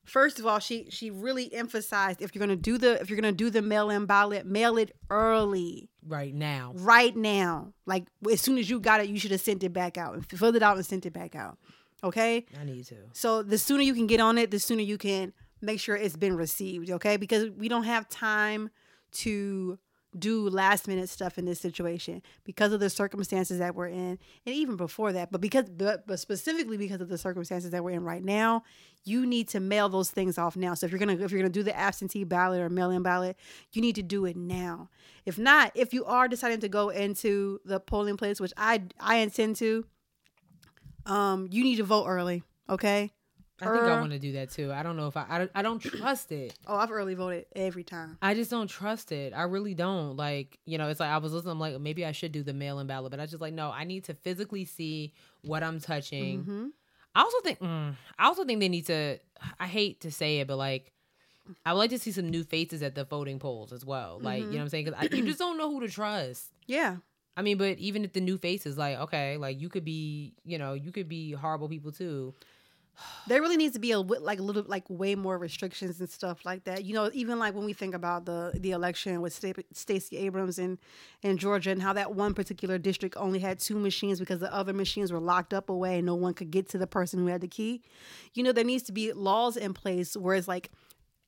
Speaker 1: first of all, she she really emphasized if you're gonna do the if you're gonna do the mail in ballot, mail it early,
Speaker 2: right now.
Speaker 1: right now. Like as soon as you got it, you should have sent it back out and filled it out and sent it back out. Okay.
Speaker 2: I need to.
Speaker 1: So the sooner you can get on it, the sooner you can make sure it's been received, okay? Because we don't have time to do last minute stuff in this situation because of the circumstances that we're in and even before that but because but, but specifically because of the circumstances that we're in right now you need to mail those things off now so if you're gonna if you're gonna do the absentee ballot or mail-in ballot you need to do it now if not if you are deciding to go into the polling place which i i intend to um you need to vote early okay
Speaker 2: I think I
Speaker 1: Or-
Speaker 2: want to do that too. I don't know if I, I don't- I don't trust it.
Speaker 1: Oh, I've early voted every time.
Speaker 2: I just don't trust it. I really don't. Like, you know, it's like I was listening, I'm like, maybe I should do the mail in ballot, but I just like, no, I need to physically see what I'm touching.
Speaker 1: Mm-hmm.
Speaker 2: I also think, mm, I also think they need to, I hate to say it, but like, I would like to see some new faces at the voting polls as well. Like,
Speaker 1: Mm-hmm.
Speaker 2: you know what I'm saying? Because you just don't know who to trust.
Speaker 1: Yeah.
Speaker 2: I mean, but even if the new faces, like, okay, like you could be, you know, you could be horrible people too.
Speaker 1: There really needs to be a wi- like a little like way more restrictions and stuff like that. You know, even like when we think about the the election with Sta- Stacey Abrams in in Georgia and how that one particular district only had two machines because the other machines were locked up away and no one could get to the person who had the key. You know, there needs to be laws in place where it's like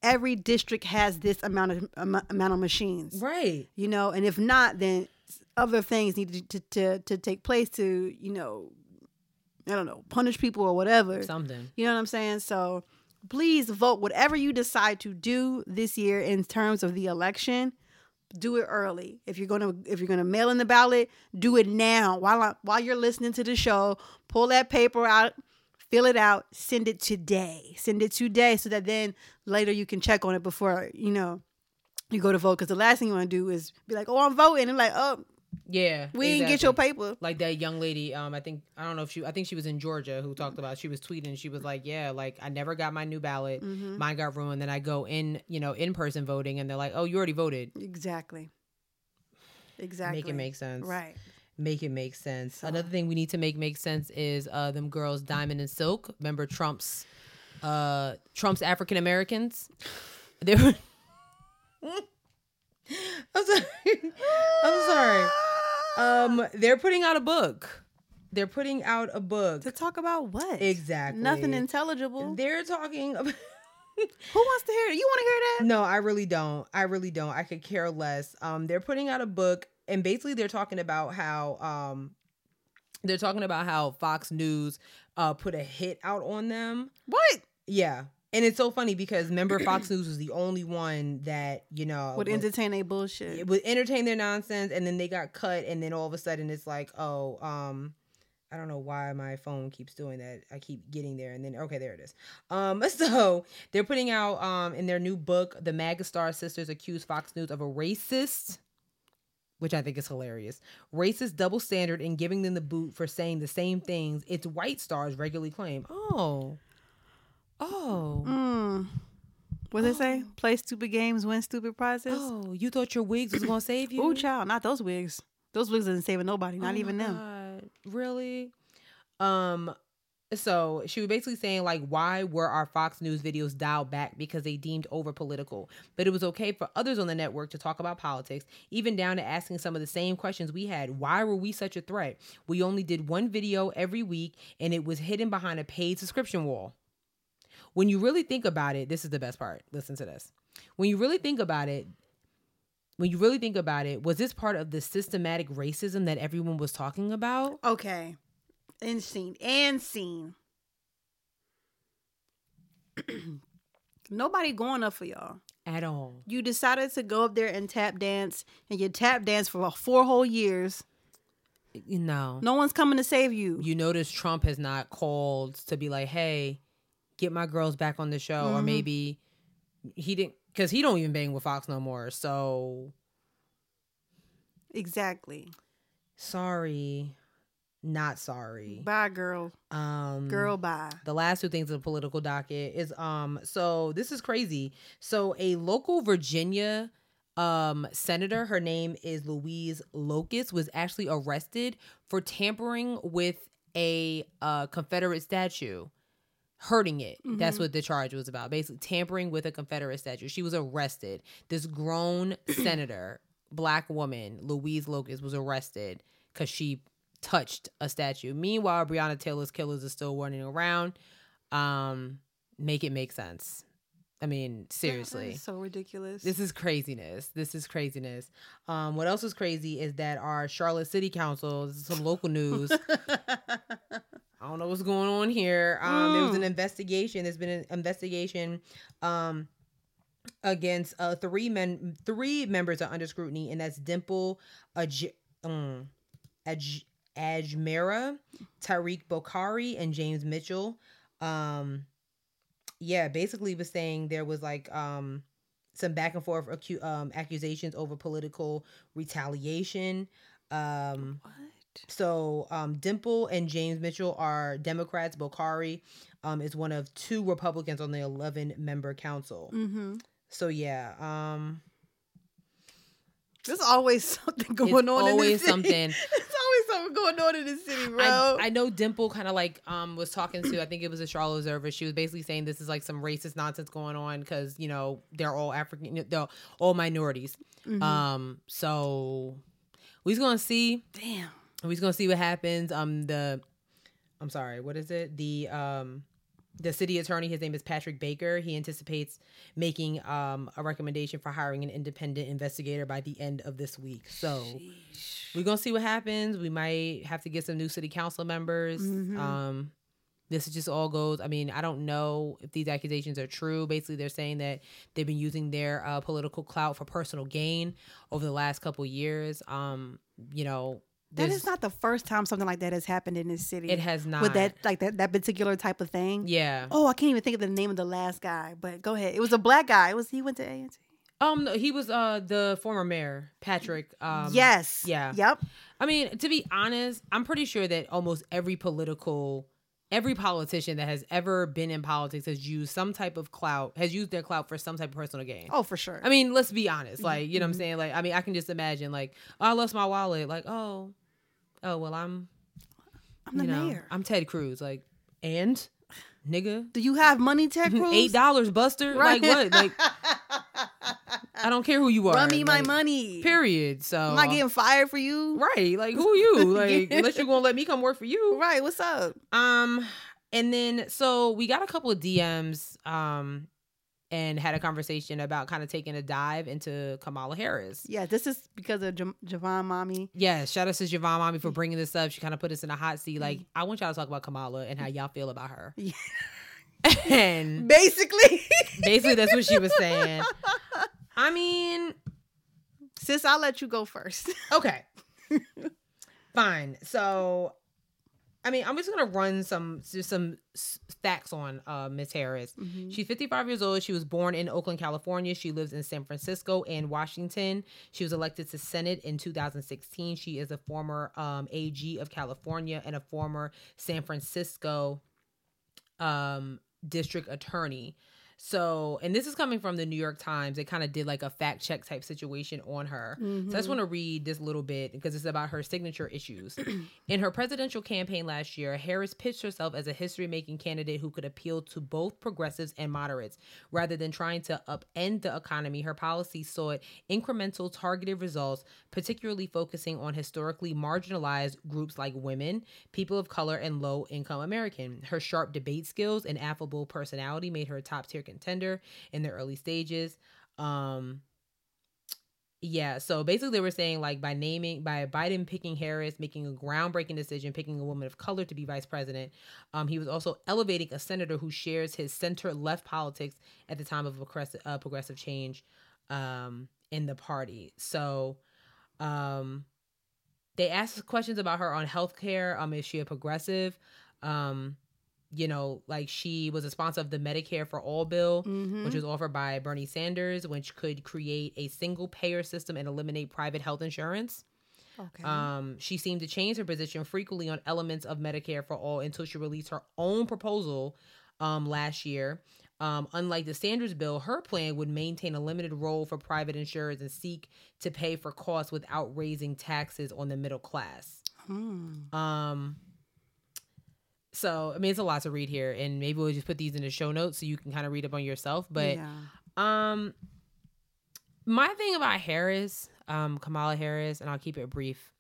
Speaker 1: every district has this amount of am- amount of machines.
Speaker 2: Right.
Speaker 1: you know and if not then s- other things need to, to, to, to take place to you know i don't know punish people or whatever
Speaker 2: Something.
Speaker 1: you know what i'm saying so please vote whatever you decide to do this year in terms of the election do it early if you're gonna if you're gonna mail in the ballot do it now while I, while you're listening to the show pull that paper out fill it out send it today send it today so that then later you can check on it before you know you go to vote because the last thing you want to do is be like, "Oh, I'm voting," and like, "Oh,
Speaker 2: Yeah.
Speaker 1: we didn't get your
Speaker 2: exactly.
Speaker 1: paper."
Speaker 2: like that young lady um i think i don't know if she i think she was in georgia who talked about she was tweeting she was like yeah like i never got my new ballot
Speaker 1: Mm-hmm.
Speaker 2: mine got ruined then i go in you know in person voting and they're like oh you already voted
Speaker 1: Exactly. Exactly.
Speaker 2: make it make sense
Speaker 1: right.
Speaker 2: make it make sense another thing we need to make make sense is uh them girls diamond and silk remember trump's uh trump's african americans they were i'm sorry i'm sorry um they're putting out a book they're putting out a book
Speaker 1: To talk about what?
Speaker 2: Exactly.
Speaker 1: Nothing intelligible.
Speaker 2: They're talking about
Speaker 1: Who wants to hear it? You want to hear that?
Speaker 2: No, I really don't. I really don't. I could care less. Um, they're putting out a book, and basically they're talking about how um, they're talking about how Fox News uh put a hit out on them.
Speaker 1: What?
Speaker 2: Yeah, and it's so funny because remember Fox News was the only one that you know
Speaker 1: Would
Speaker 2: was-
Speaker 1: entertain a bullshit.
Speaker 2: it would entertain their nonsense, and then they got cut, and then all of a sudden it's like, oh, um. I don't know why my phone keeps doing that. I keep getting there and then okay, there it is. Um so they're putting out um in their new book, The Magastar Sisters accuse Fox News of a racist which I think is hilarious. Racist double standard and giving them the boot for saying the same things its white stars regularly claim. Oh. Oh.
Speaker 1: Mm. What they say? Play stupid games, win stupid prizes. Oh,
Speaker 2: Oh, you thought your wigs was gonna save you?
Speaker 1: child, not those wigs. Those wigs isn't saving nobody, not
Speaker 2: Oh my
Speaker 1: even them.
Speaker 2: God, Really? Um so she was basically saying like why were our Fox News videos dialed back because they deemed over political, but it was okay for others on the network to talk about politics, even down to asking some of the same questions we had. Why were we such a threat? We only did one video every week and it was hidden behind a paid subscription wall. When you really think about it, this is the best part. Listen to this. When you really think about it, when you really think about it, was this part of the systematic racism that everyone was talking about?
Speaker 1: Okay. And scene. And scene. nobody going up for y'all.
Speaker 2: At all.
Speaker 1: You decided to go up there and tap dance, and you tap dance for about four whole years.
Speaker 2: You know.
Speaker 1: No one's coming to save you.
Speaker 2: You notice Trump has not called to be like, hey, get my girls back on the show. Or
Speaker 1: Mhm.
Speaker 2: maybe he didn't because he don't even bang with Fox no more. So
Speaker 1: Exactly.
Speaker 2: sorry. Not sorry.
Speaker 1: Bye, girl.
Speaker 2: Um
Speaker 1: Girl, bye.
Speaker 2: the last two things of the political docket is um so this is crazy so a local virginia um senator her name is louise locust was actually arrested for tampering with a uh confederate statue hurting it that's
Speaker 1: Mhm.
Speaker 2: what the charge was about basically tampering with a confederate statue she was arrested this grown senator black woman louise locust was arrested because she touched a statue meanwhile breonna taylor's killers are still running around um make it make sense i mean seriously
Speaker 1: so ridiculous.
Speaker 2: this is craziness. This is craziness. Um, what else is crazy is that our Charlotte City Council, this is some local news. I don't know what's going on here. Um, There was an investigation. There's been an investigation um, against uh, three men, three members are under scrutiny, and that's Dimple Aj- um, Aj- Ajmera, Tariq Bokhari, and James Mitchell. Um, yeah, basically was saying there was like um, some back and forth acu- um, accusations over political retaliation. Um,
Speaker 1: what?
Speaker 2: so um, Dimple and James Mitchell are Democrats. Bokhari um, is one of two Republicans on the 11 member council.
Speaker 1: Mm-hmm.
Speaker 2: So yeah, um,
Speaker 1: There's always something going on. in
Speaker 2: it's always
Speaker 1: this city.
Speaker 2: something.
Speaker 1: There's always something going on in this city, bro.
Speaker 2: I, I know Dimple kind of like um was talking to I think it was a Charlotte Observer. She was basically saying this is like some racist nonsense going on because you know they're all African, they're all minorities.
Speaker 1: Mhm.
Speaker 2: Um, so we're gonna see.
Speaker 1: Damn.
Speaker 2: we're just gonna see what happens. Um, the I'm sorry, what is it? The um, the city attorney, his name is Patrick Baker. He anticipates making um a recommendation for hiring an independent investigator by the end of this week. So
Speaker 1: Sheesh.
Speaker 2: we're gonna see what happens. We might have to get some new city council members.
Speaker 1: Mhm.
Speaker 2: Um, this is just all goes. I mean, I don't know if these accusations are true. Basically, they're saying that they've been using their uh, political clout for personal gain over the last couple years. Um, you know.
Speaker 1: That
Speaker 2: there's-
Speaker 1: is not the first time something like that has happened in this city.
Speaker 2: it has not.
Speaker 1: with that like that that particular type of thing.
Speaker 2: Yeah.
Speaker 1: Oh, I can't even think of the name of the last guy, but go ahead. It was a black guy. It was he went to A and T.
Speaker 2: Um. no, He was uh the former mayor Patrick. Um,
Speaker 1: yes.
Speaker 2: yeah.
Speaker 1: Yep.
Speaker 2: I mean, to be honest, I'm pretty sure that almost every political, every politician that has ever been in politics has used some type of clout, has used their clout for some type of personal gain.
Speaker 1: Oh, for sure.
Speaker 2: I mean, let's be honest. Like, you know what I'm
Speaker 1: mhm.
Speaker 2: saying? Like, I mean, I can just imagine, like, oh, I lost my wallet. Like, oh, oh, well, I'm,
Speaker 1: I'm the
Speaker 2: you know,
Speaker 1: mayor.
Speaker 2: I'm Ted Cruz. Like, and, nigga,
Speaker 1: Do you have money, Ted Cruz?
Speaker 2: eight dollars, Buster.
Speaker 1: Right.
Speaker 2: Like, what? Like, I don't care who you are.
Speaker 1: Run me my
Speaker 2: Like,
Speaker 1: money.
Speaker 2: Period. So
Speaker 1: I'm not getting fired for you.
Speaker 2: right. Like who are you? Like
Speaker 1: Yeah.
Speaker 2: unless you're gonna let me come work for you.
Speaker 1: Right. What's up?
Speaker 2: Um, and then so we got a couple of DMs um and had a conversation about kind of taking a dive into Kamala Harris.
Speaker 1: Yeah, this is because of J- Javon Mommy.
Speaker 2: Yeah, shout out to Javon Mommy for bringing this up. She kind of put us in a hot seat. Like, I want y'all to talk about Kamala and how y'all feel about her.
Speaker 1: Yeah.
Speaker 2: and
Speaker 1: Basically,
Speaker 2: basically, that's what she was saying. I mean,
Speaker 1: sis, I'll let you go first.
Speaker 2: Okay. Fine. So, I mean, I'm just gonna run some just some s- facts on uh, Miss Harris.
Speaker 1: Mm-hmm.
Speaker 2: She's 55 years old. She was born in Oakland, California. She lives in San Francisco and Washington. She was elected to Senate in 2016. She is a former um, AG of California and a former San Francisco um, district attorney. So, and this is coming from the New York Times. They kind of did like a fact check type situation on her. So I just want to read this little bit because it's about her signature issues. In her presidential campaign last year, Harris pitched herself as a history making candidate who could appeal to both progressives and moderates. Rather than trying to upend the economy, her policy sought incremental targeted results, particularly focusing on historically marginalized groups like women, people of color, and low income American. Her sharp debate skills and affable personality made her a top tier contender in the early stages. Um, yeah, so basically they were saying like by naming by Biden picking Harris, making a groundbreaking decision, picking a woman of color to be vice president, um, he was also elevating a senator who shares his center left politics at the time of progressive, uh, progressive change um, in the party. So um, they asked questions about her on healthcare. Um, is she a progressive? Um, you know, like she was a sponsor of the Medicare for All bill
Speaker 1: Mm-hmm.
Speaker 2: which was offered by Bernie Sanders, which could create a single payer system and eliminate private health insurance.
Speaker 1: Okay.
Speaker 2: Um, she seemed to change her position frequently on elements of Medicare for all until she released her own proposal um, last year. Um, unlike the Sanders bill, her plan would maintain a limited role for private insurers and seek to pay for costs without raising taxes on the middle class.
Speaker 1: Hmm.
Speaker 2: Um, so, I mean, it's a lot to read here, and maybe we'll just put these in the show notes so you can kind of read up on yourself. But
Speaker 1: Yeah.
Speaker 2: um, my thing about Harris, um, Kamala Harris, and I'll keep it brief.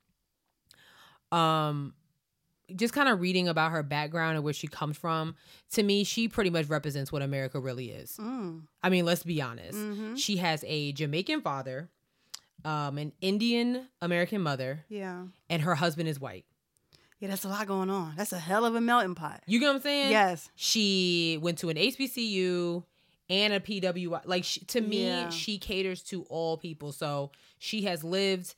Speaker 2: Um, just kind of reading about her background and where she comes from, to me, she pretty much represents what America really is.
Speaker 1: Mm.
Speaker 2: I mean, let's be honest.
Speaker 1: Mhm.
Speaker 2: She has a Jamaican father, um, an Indian American mother,
Speaker 1: Yeah.
Speaker 2: and her husband is white.
Speaker 1: Yeah, that's a lot going on. That's a hell of a melting pot.
Speaker 2: You get what I'm saying?
Speaker 1: Yes.
Speaker 2: She went to an HBCU and a PWI. Like she, to me,
Speaker 1: Yeah.
Speaker 2: she caters to all people. So she has lived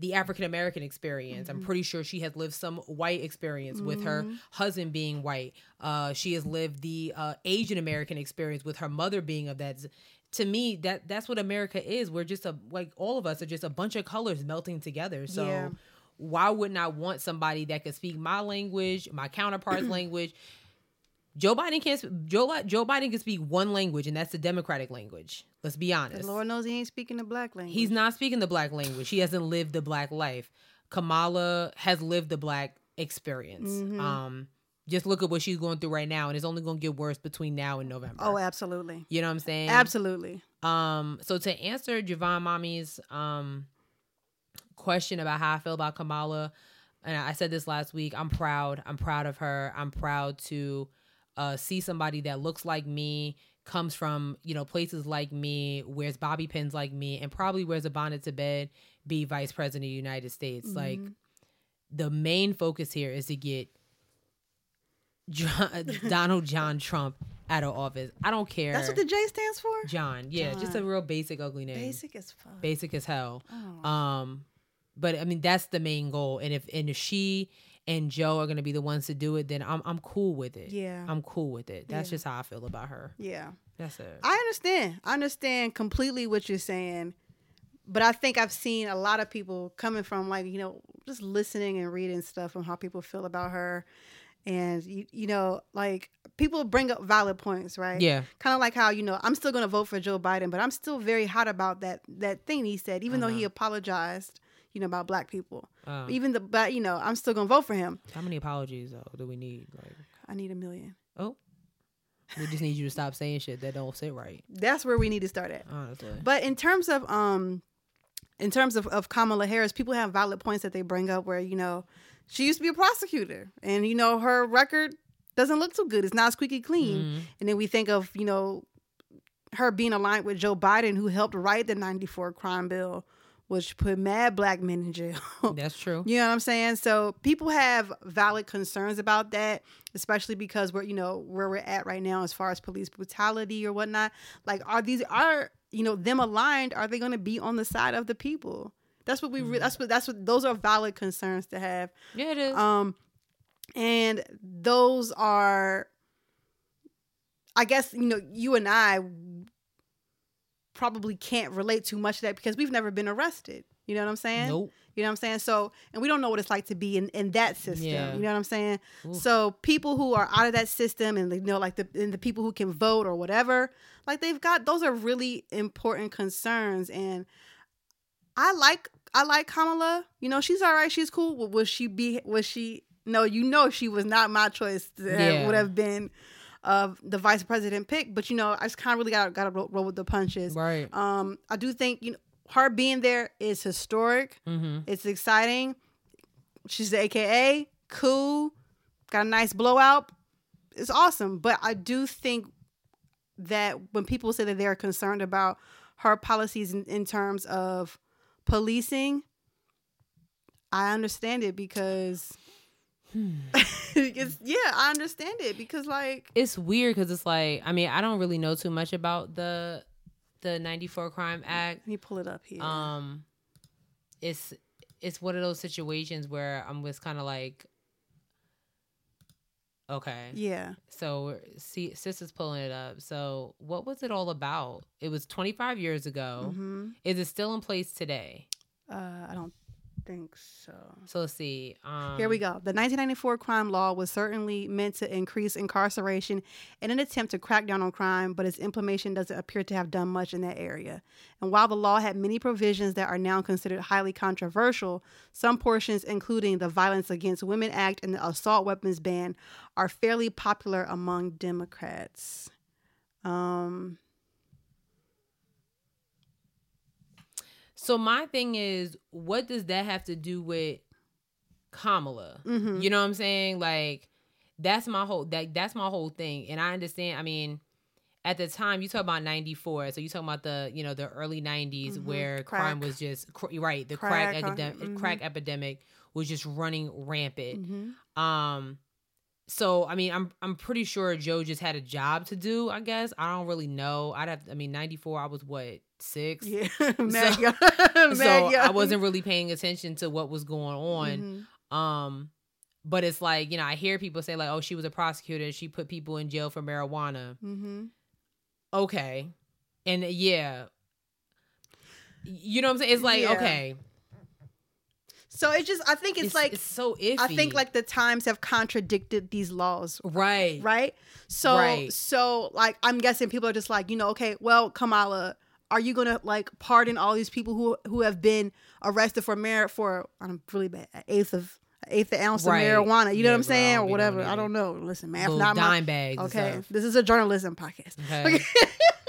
Speaker 2: the African American experience.
Speaker 1: Mm-hmm.
Speaker 2: I'm pretty sure she has lived some white experience with her husband being white. Uh, she has lived the uh, Asian American experience with her mother being of that. z- To me, that that's what America is. We're just a like all of us are just a bunch of colors melting together. So
Speaker 1: Yeah.
Speaker 2: why wouldn't I want somebody that could speak my language, my counterpart's language? Joe Biden can't. sp- Joe Li- Joe Biden can speak one language, and that's the Democratic language. Let's be honest.
Speaker 1: The Lord knows he ain't speaking the black language.
Speaker 2: He's not speaking the black language. He hasn't lived the black life. Kamala has lived the black experience.
Speaker 1: Mm-hmm.
Speaker 2: Um, just look at what she's going through right now, and it's only going to get worse between now and November.
Speaker 1: Oh, absolutely.
Speaker 2: you know what I'm saying?
Speaker 1: Absolutely.
Speaker 2: Um, so to answer Javon Mommy's um question about how I feel about Kamala, and I said this last week, I'm proud. I'm proud of her. I'm proud to uh see somebody that looks like me, comes from, you know, places like me, wears bobby pins like me, and probably wears a bonnet to bed, be vice president of the United States.
Speaker 1: Mm-hmm.
Speaker 2: Like the main focus here is to get John, Donald John Trump out of office. I don't care.
Speaker 1: That's what the J stands for?
Speaker 2: John. Yeah, just a real basic ugly name. Basic,
Speaker 1: Basic as fuck. Oh,
Speaker 2: as hell.
Speaker 1: uh,
Speaker 2: Um, but I mean that's the main goal. And if and if she and Joe are gonna be the ones to do it, then I'm I'm cool with it.
Speaker 1: Yeah.
Speaker 2: I'm cool with it. That's
Speaker 1: Yeah.
Speaker 2: just how I feel about her.
Speaker 1: yeah.
Speaker 2: That's it.
Speaker 1: I understand. I understand completely what you're saying. But I think I've seen a lot of people coming from like, you know, just listening and reading stuff on how people feel about her. And you, you know, like people bring up valid points, right?
Speaker 2: Yeah.
Speaker 1: Kind of like how, you know, I'm still going to vote for Joe Biden, but I'm still very hot about that that thing he said even though he apologized, you know, about black people.
Speaker 2: Uh,
Speaker 1: Even the but, you know, I'm still going to vote for him.
Speaker 2: how many apologies though do we need? Like
Speaker 1: I need a million.
Speaker 2: oh we just need you to stop saying shit that don't sit right.
Speaker 1: That's where we need to start at.
Speaker 2: Honestly.
Speaker 1: But in terms of um, in terms of, of Kamala Harris, people have valid points that they bring up where you know she used to be a prosecutor, and you know
Speaker 2: Mm. Mm-hmm.
Speaker 1: her record doesn't look too good. It's not squeaky clean. And then we think of you know her being aligned with Joe Biden, who helped write the 94 crime bill, which put mad black men in jail.
Speaker 2: That's true.
Speaker 1: You know what I'm saying? So people have valid concerns about that, especially because we're, you know, where we're at right now as far as police brutality or whatnot. Like, are these are you know them aligned? Are they going to be on the side of the people? That's what we. Re- that's what. That's what. Those are valid concerns to have.
Speaker 2: Yeah, it is.
Speaker 1: Um, and those are, I guess you know, you and I probably can't relate too much to that because we've never been arrested. You know what I'm saying?
Speaker 2: nope.
Speaker 1: You know what I'm saying? So, and we don't know what it's like to be in, in that system.
Speaker 2: Yeah.
Speaker 1: You know what I'm saying?
Speaker 2: Oof.
Speaker 1: So, people who are out of that system and, you know, like the, and the people who can vote or whatever, like they've got, those are really important concerns. And I like, I like Kamala. You know, she's all right. She's cool. W- Will she be, was she, no, you know, she was not my choice that
Speaker 2: Yeah.
Speaker 1: would have been of the vice president pick. But, you know, I just kind of really got to roll, roll with the punches.
Speaker 2: Right.
Speaker 1: Um, I do think, you know, her being there is historic.
Speaker 2: Mm-hmm.
Speaker 1: It's exciting. She's the AKA. Cool. Got a nice blowout. It's awesome. But I do think that when people say that they're concerned about her policies in, in terms of policing, I understand it because Hmm. it's yeah, I understand it because like
Speaker 2: it's weird because it's like I mean I don't really know too much about the the ninety four crime act.
Speaker 1: let me pull it up here.
Speaker 2: Um, it's it's one of those situations where I'm just kind of like, okay,
Speaker 1: yeah.
Speaker 2: so see, sister's pulling it up. So what was it all about? It was twenty five years ago.
Speaker 1: hmm
Speaker 2: Is it still in place today?
Speaker 1: Uh, I don't think so.
Speaker 2: So let's see. Um,
Speaker 1: Here we go. The 1994 crime law was certainly meant to increase incarceration in an attempt to crack down on crime, but its implementation doesn't appear to have done much in that area. And while the law had many provisions that are now considered highly controversial, some portions, including the Violence Against Women Act and the Assault Weapons Ban, are fairly popular among Democrats. Um,
Speaker 2: So my thing is, what does that have to do with Kamala?
Speaker 1: mhm.
Speaker 2: You know what I'm saying? Like that's my whole that that's my whole thing. And I understand, I mean, at the time you talk about 94, so you talking about the, you know, the early 90s
Speaker 1: Mhm.
Speaker 2: where crime
Speaker 1: Crack.
Speaker 2: was just cr- right, the
Speaker 1: Crack,
Speaker 2: crack
Speaker 1: huh?
Speaker 2: academic,
Speaker 1: Mhm.
Speaker 2: crack epidemic was just running rampant.
Speaker 1: Mhm.
Speaker 2: Um so I mean, I'm I'm pretty sure Joe just had a job to do, I guess. I don't really know. I'd have I mean, 94 I was what, 6?
Speaker 1: Yeah, mad
Speaker 2: So-
Speaker 1: young.
Speaker 2: So
Speaker 1: Mad
Speaker 2: I
Speaker 1: young.
Speaker 2: wasn't really paying attention to what was going on.
Speaker 1: Mhm.
Speaker 2: Um, but it's like, you know, I hear people say, like, oh, she was a prosecutor. She put people in jail for marijuana.
Speaker 1: Mhm.
Speaker 2: Okay. And yeah. You know what I'm saying? It's like,
Speaker 1: Yeah.
Speaker 2: okay.
Speaker 1: So it just, I think it's, like
Speaker 2: it's so iffy.
Speaker 1: I think like the times have contradicted these laws,
Speaker 2: right. right.
Speaker 1: right? So
Speaker 2: Right.
Speaker 1: so like I'm guessing people are just like, you know, okay, well, Kamala, are you going to like pardon all these people who who have been arrested for merit for I'm really bad an eighth of an eighth of ounce
Speaker 2: Right.
Speaker 1: of marijuana, you know
Speaker 2: Yeah,
Speaker 1: what I'm
Speaker 2: bro, I
Speaker 1: saying,
Speaker 2: don't
Speaker 1: or
Speaker 2: be
Speaker 1: whatever.
Speaker 2: knowing
Speaker 1: I
Speaker 2: either.
Speaker 1: don't know. Listen, math
Speaker 2: Little
Speaker 1: not my
Speaker 2: dime bags. and
Speaker 1: Okay,
Speaker 2: stuff.
Speaker 1: this is a journalism podcast.
Speaker 2: Okay.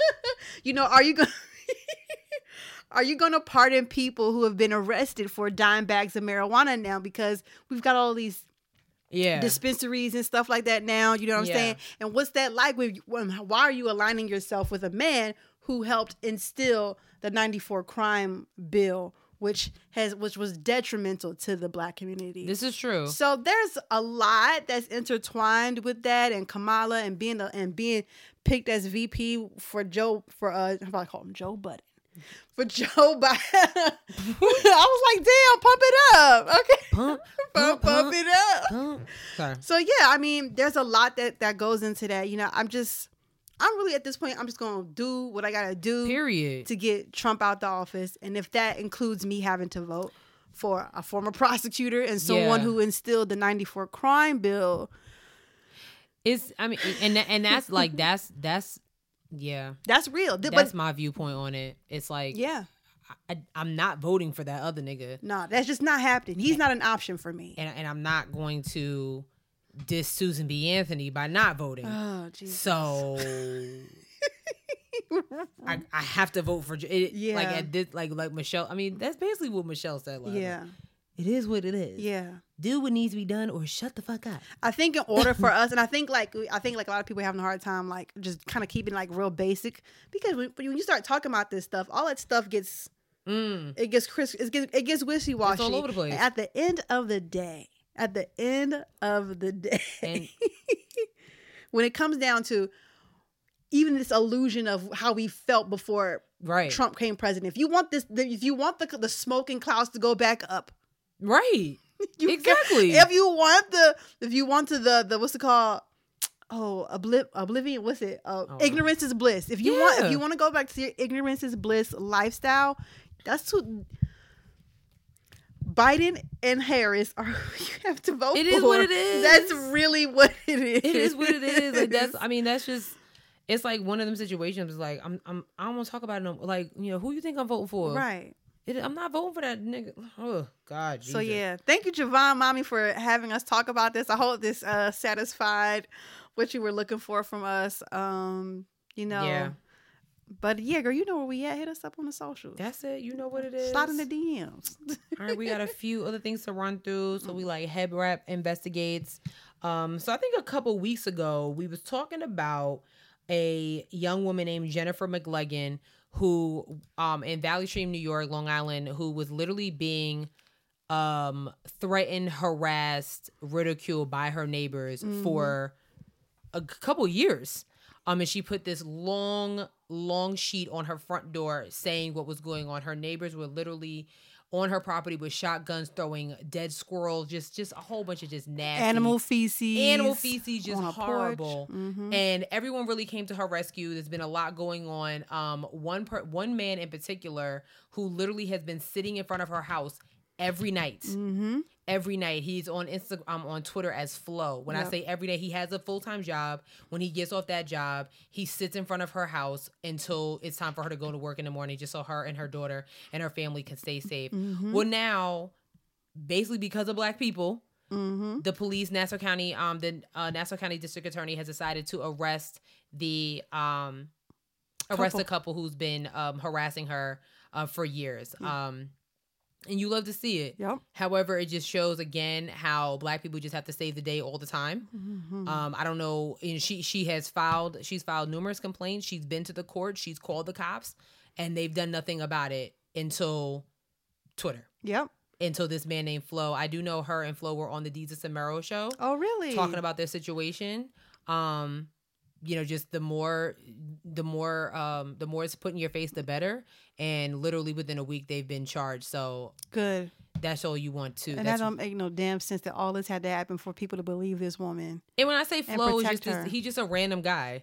Speaker 1: you know, are you going to Are you going to pardon people who have been arrested for dime bags of marijuana now because we've got all these
Speaker 2: Yeah.
Speaker 1: dispensaries and stuff like that now. You know what I'm
Speaker 2: Yeah.
Speaker 1: saying? And what's that like? With when, why are you aligning yourself with a man who helped instill the '94 crime bill, which has which was detrimental to the black community?
Speaker 2: this is true.
Speaker 1: so there's a lot that's intertwined with that, and Kamala and being a, and being picked as VP for Joe for uh, I'm about to call him Joe Budden. For Joe Biden, I was like, "Damn, pump it up, okay,
Speaker 2: Pump,
Speaker 1: pump, pump
Speaker 2: pump, pump,
Speaker 1: it up."
Speaker 2: pump. Sorry.
Speaker 1: So yeah, I mean, there's a lot that that goes into that. You know, I'm just, I'm really at this point, I'm just gonna do what I gotta do
Speaker 2: Period.
Speaker 1: to get Trump out the office, and if that includes me having to vote for a former prosecutor and someone
Speaker 2: Yeah.
Speaker 1: who instilled the '94 crime bill,
Speaker 2: It's I mean and and that's like that's that's yeah.
Speaker 1: that's real. Th-
Speaker 2: That's
Speaker 1: but
Speaker 2: my viewpoint on it. It's like
Speaker 1: yeah,
Speaker 2: I, I'm not voting for that other nigga.
Speaker 1: no, that's just not happening. He's not an option for me.
Speaker 2: and and I'm not going to diss Susan B. Anthony by not voting.
Speaker 1: Oh, Jesus.
Speaker 2: so I, I have to vote for J- it,
Speaker 1: Yeah.
Speaker 2: like at this like like Michelle. I mean that's basically what Michelle said. Like,
Speaker 1: Yeah,
Speaker 2: it is what it is.
Speaker 1: yeah,
Speaker 2: do what needs to be done or shut the fuck up.
Speaker 1: I think in order for us, and I think like I think like a lot of people having a hard time like just kind of keeping like real basic because when, when you start talking about this stuff, all that stuff gets
Speaker 2: Mm.
Speaker 1: it gets crisp, it gets it gets wishy washy
Speaker 2: over the place.
Speaker 1: At the end of the day, at the end of the day,
Speaker 2: And-
Speaker 1: when it comes down to even this illusion of how we felt before
Speaker 2: Right.
Speaker 1: Trump came president, if you want this, if you want the the smoke and clouds to go back up, you
Speaker 2: Right.
Speaker 1: got-
Speaker 2: exactly.
Speaker 1: if you want the if you want to the the what's it called oh obliv- oblivion what's it uh,
Speaker 2: Oh.
Speaker 1: ignorance is bliss if you want
Speaker 2: Yeah.
Speaker 1: if you want to go back to your ignorance is bliss lifestyle that's who Biden and Harris are who you have to vote
Speaker 2: It
Speaker 1: for.
Speaker 2: is what it is.
Speaker 1: That's really what it is.
Speaker 2: it is what it is. Like that's I mean, that's just it's like one of them situations like I'm I'm I don't want to talk about it no like, you know, who you think I'm voting for?
Speaker 1: right.
Speaker 2: It, I'm not voting for that nigga. Oh God. Jesus.
Speaker 1: So yeah, thank you, Javon, mommy, for having us talk about this. I hope this uh, satisfied what you were looking for from us. Um, you know,
Speaker 2: Yeah.
Speaker 1: but yeah, girl, you know where we at. Hit us up on the socials.
Speaker 2: That's E. it. You know what it is.
Speaker 1: Slide in the DMs.
Speaker 2: All right, we got a few other things to run through. So we like head wrap investigates. Um, so I think a couple weeks ago we was talking about a young woman named Jennifer McLegan who um in Valley Stream, New York, Long Island, who was literally being um threatened, harassed, ridiculed by her neighbors for a c- couple years. Um, and she put this long, long sheet on her front door saying what was going on. Her neighbors were literally on her property with shotguns, throwing dead squirrels, just just a whole bunch of just nasty
Speaker 1: Animal feces.
Speaker 2: animal feces, just
Speaker 1: on a porch.
Speaker 2: horrible.
Speaker 1: Mhm.
Speaker 2: And everyone really came to her rescue. There's been a lot going on. Um, one per- one man in particular who literally has been sitting in front of her house every night
Speaker 1: Mm-hmm.
Speaker 2: every night. He's on Instagram, um, on Twitter as Flo. When I
Speaker 1: Yep.
Speaker 2: say every day, he has a full time job. When he gets off that job, he sits in front of her house until it's time for her to go to work in the morning, just so her and her daughter and her family can stay safe.
Speaker 1: Mhm.
Speaker 2: Well, now, basically, because of black people,
Speaker 1: Mm-hmm.
Speaker 2: the police, Nassau County, um, the uh, Nassau County District Attorney has decided to arrest the um, arrest
Speaker 1: Couple.
Speaker 2: the couple who's been um, harassing her uh, for years. Um, and you love to see it.
Speaker 1: Yep.
Speaker 2: However, it just shows again how black people just have to save the day all the time.
Speaker 1: Mm-hmm.
Speaker 2: Um, I don't know. And she she has filed she's filed numerous complaints. She's been to the court. She's called the cops, and they've done nothing about it until Twitter.
Speaker 1: Yep.
Speaker 2: Until this man named Flo. I do know her and Flo were on the Deezus and Mero show
Speaker 1: Oh, really?
Speaker 2: talking about their situation. Um, you know, just the more, the more, um, the more it's put in your face, the better. And literally within a week, they've been charged. So
Speaker 1: good.
Speaker 2: that's all you want to.
Speaker 1: And that
Speaker 2: that's
Speaker 1: don't make no damn sense that all this had to happen for people to believe this woman.
Speaker 2: And when I say
Speaker 1: And
Speaker 2: Flo, is just
Speaker 1: protect her.
Speaker 2: this, he's just a random guy.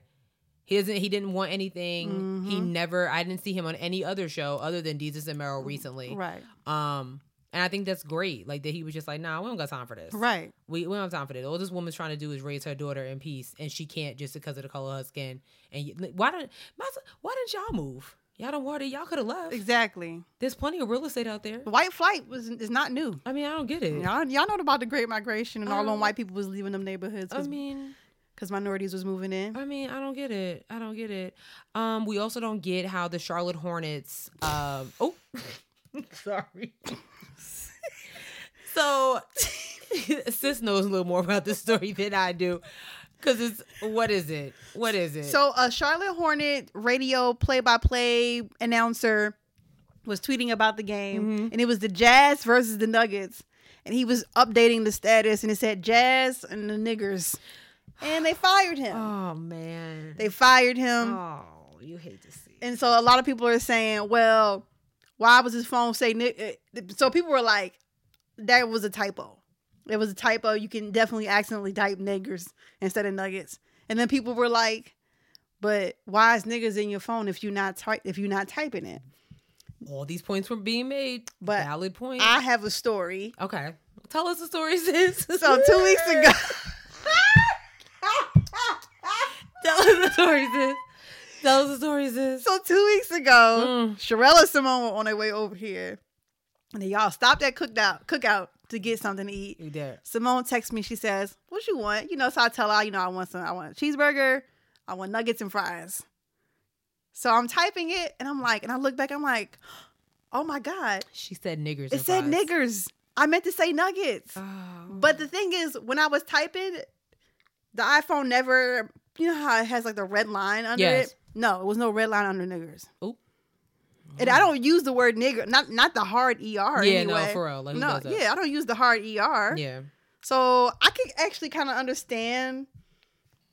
Speaker 2: He doesn't. He didn't want anything. He
Speaker 1: Mm-hmm.
Speaker 2: never. I didn't see him on any other show other than Jesus and Meryl recently.
Speaker 1: Mm, Right.
Speaker 2: Um. And I think that's great. Like that he was just like, nah, we don't got time for this.
Speaker 1: Right.
Speaker 2: We, we don't have time for this. All this woman's trying to do is raise her daughter in peace, and she can't just because of the color of her skin. And you, why don't my son- why didn't y'all move? Y'all don't worry. Y'all could have left.
Speaker 1: Exactly.
Speaker 2: There's plenty of real estate out there.
Speaker 1: White flight was is not new.
Speaker 2: I mean, I don't get it.
Speaker 1: Y'all, y'all know about the Great Migration and all them
Speaker 2: Um,
Speaker 1: white people was leaving them neighborhoods
Speaker 2: I
Speaker 1: because
Speaker 2: mean,
Speaker 1: minorities was moving in.
Speaker 2: I mean, I don't get it. I don't get it. Um, we also don't get how the Charlotte Hornets. Um, oh, sorry. so, sis knows a little more about this story than I do, because it's what is it? What is it?
Speaker 1: So a Charlotte Hornet radio play-by-play announcer was tweeting about the game, and it was the Jazz versus the Nuggets, and he was updating the status, and it said Jazz and the niggers, and they fired him.
Speaker 2: oh man.
Speaker 1: They fired him,
Speaker 2: oh, you hate to see.
Speaker 1: Um, and so a lot of people are saying, "Well, why was his phone say?" ni- uh, So people were like, "That was a typo. It was a typo. You can definitely accidentally type niggers instead of nuggets." And then people were like, "But why is niggers in your phone if you not type if you not typing it?"
Speaker 2: All these points were being made.
Speaker 1: But
Speaker 2: valid point.
Speaker 1: I have a story.
Speaker 2: okay, tell us the story, sis.
Speaker 1: So two weeks ago,
Speaker 2: tell us the story, sis. Tell us the story, sis.
Speaker 1: so two weeks ago,
Speaker 2: Mm.
Speaker 1: Sherelle and Simone were on their way over here, and they y'all stopped at cookout cookout to get something to eat.
Speaker 2: You did.
Speaker 1: Simone texts me. She says, "What you want?" You know, so I tell her, you know, I want some. I want a cheeseburger. I want nuggets and fries. So I'm typing it, and I'm like, and I look back, I'm like, oh my god,
Speaker 2: She said niggers.
Speaker 1: it
Speaker 2: and
Speaker 1: said
Speaker 2: fries.
Speaker 1: niggers. I meant to say nuggets.
Speaker 2: Oh.
Speaker 1: But the thing is, when I was typing, the iPhone never, you know how it has like the red line under
Speaker 2: Yes. Oh.
Speaker 1: it? No, it was no red line under niggers.
Speaker 2: Oop.
Speaker 1: And I don't use the word nigger, not not the hard ER
Speaker 2: yeah,
Speaker 1: anyway.
Speaker 2: no, for real. Like, who
Speaker 1: no,
Speaker 2: does that?
Speaker 1: yeah, I don't use the hard ER.
Speaker 2: yeah.
Speaker 1: So I can actually kind of understand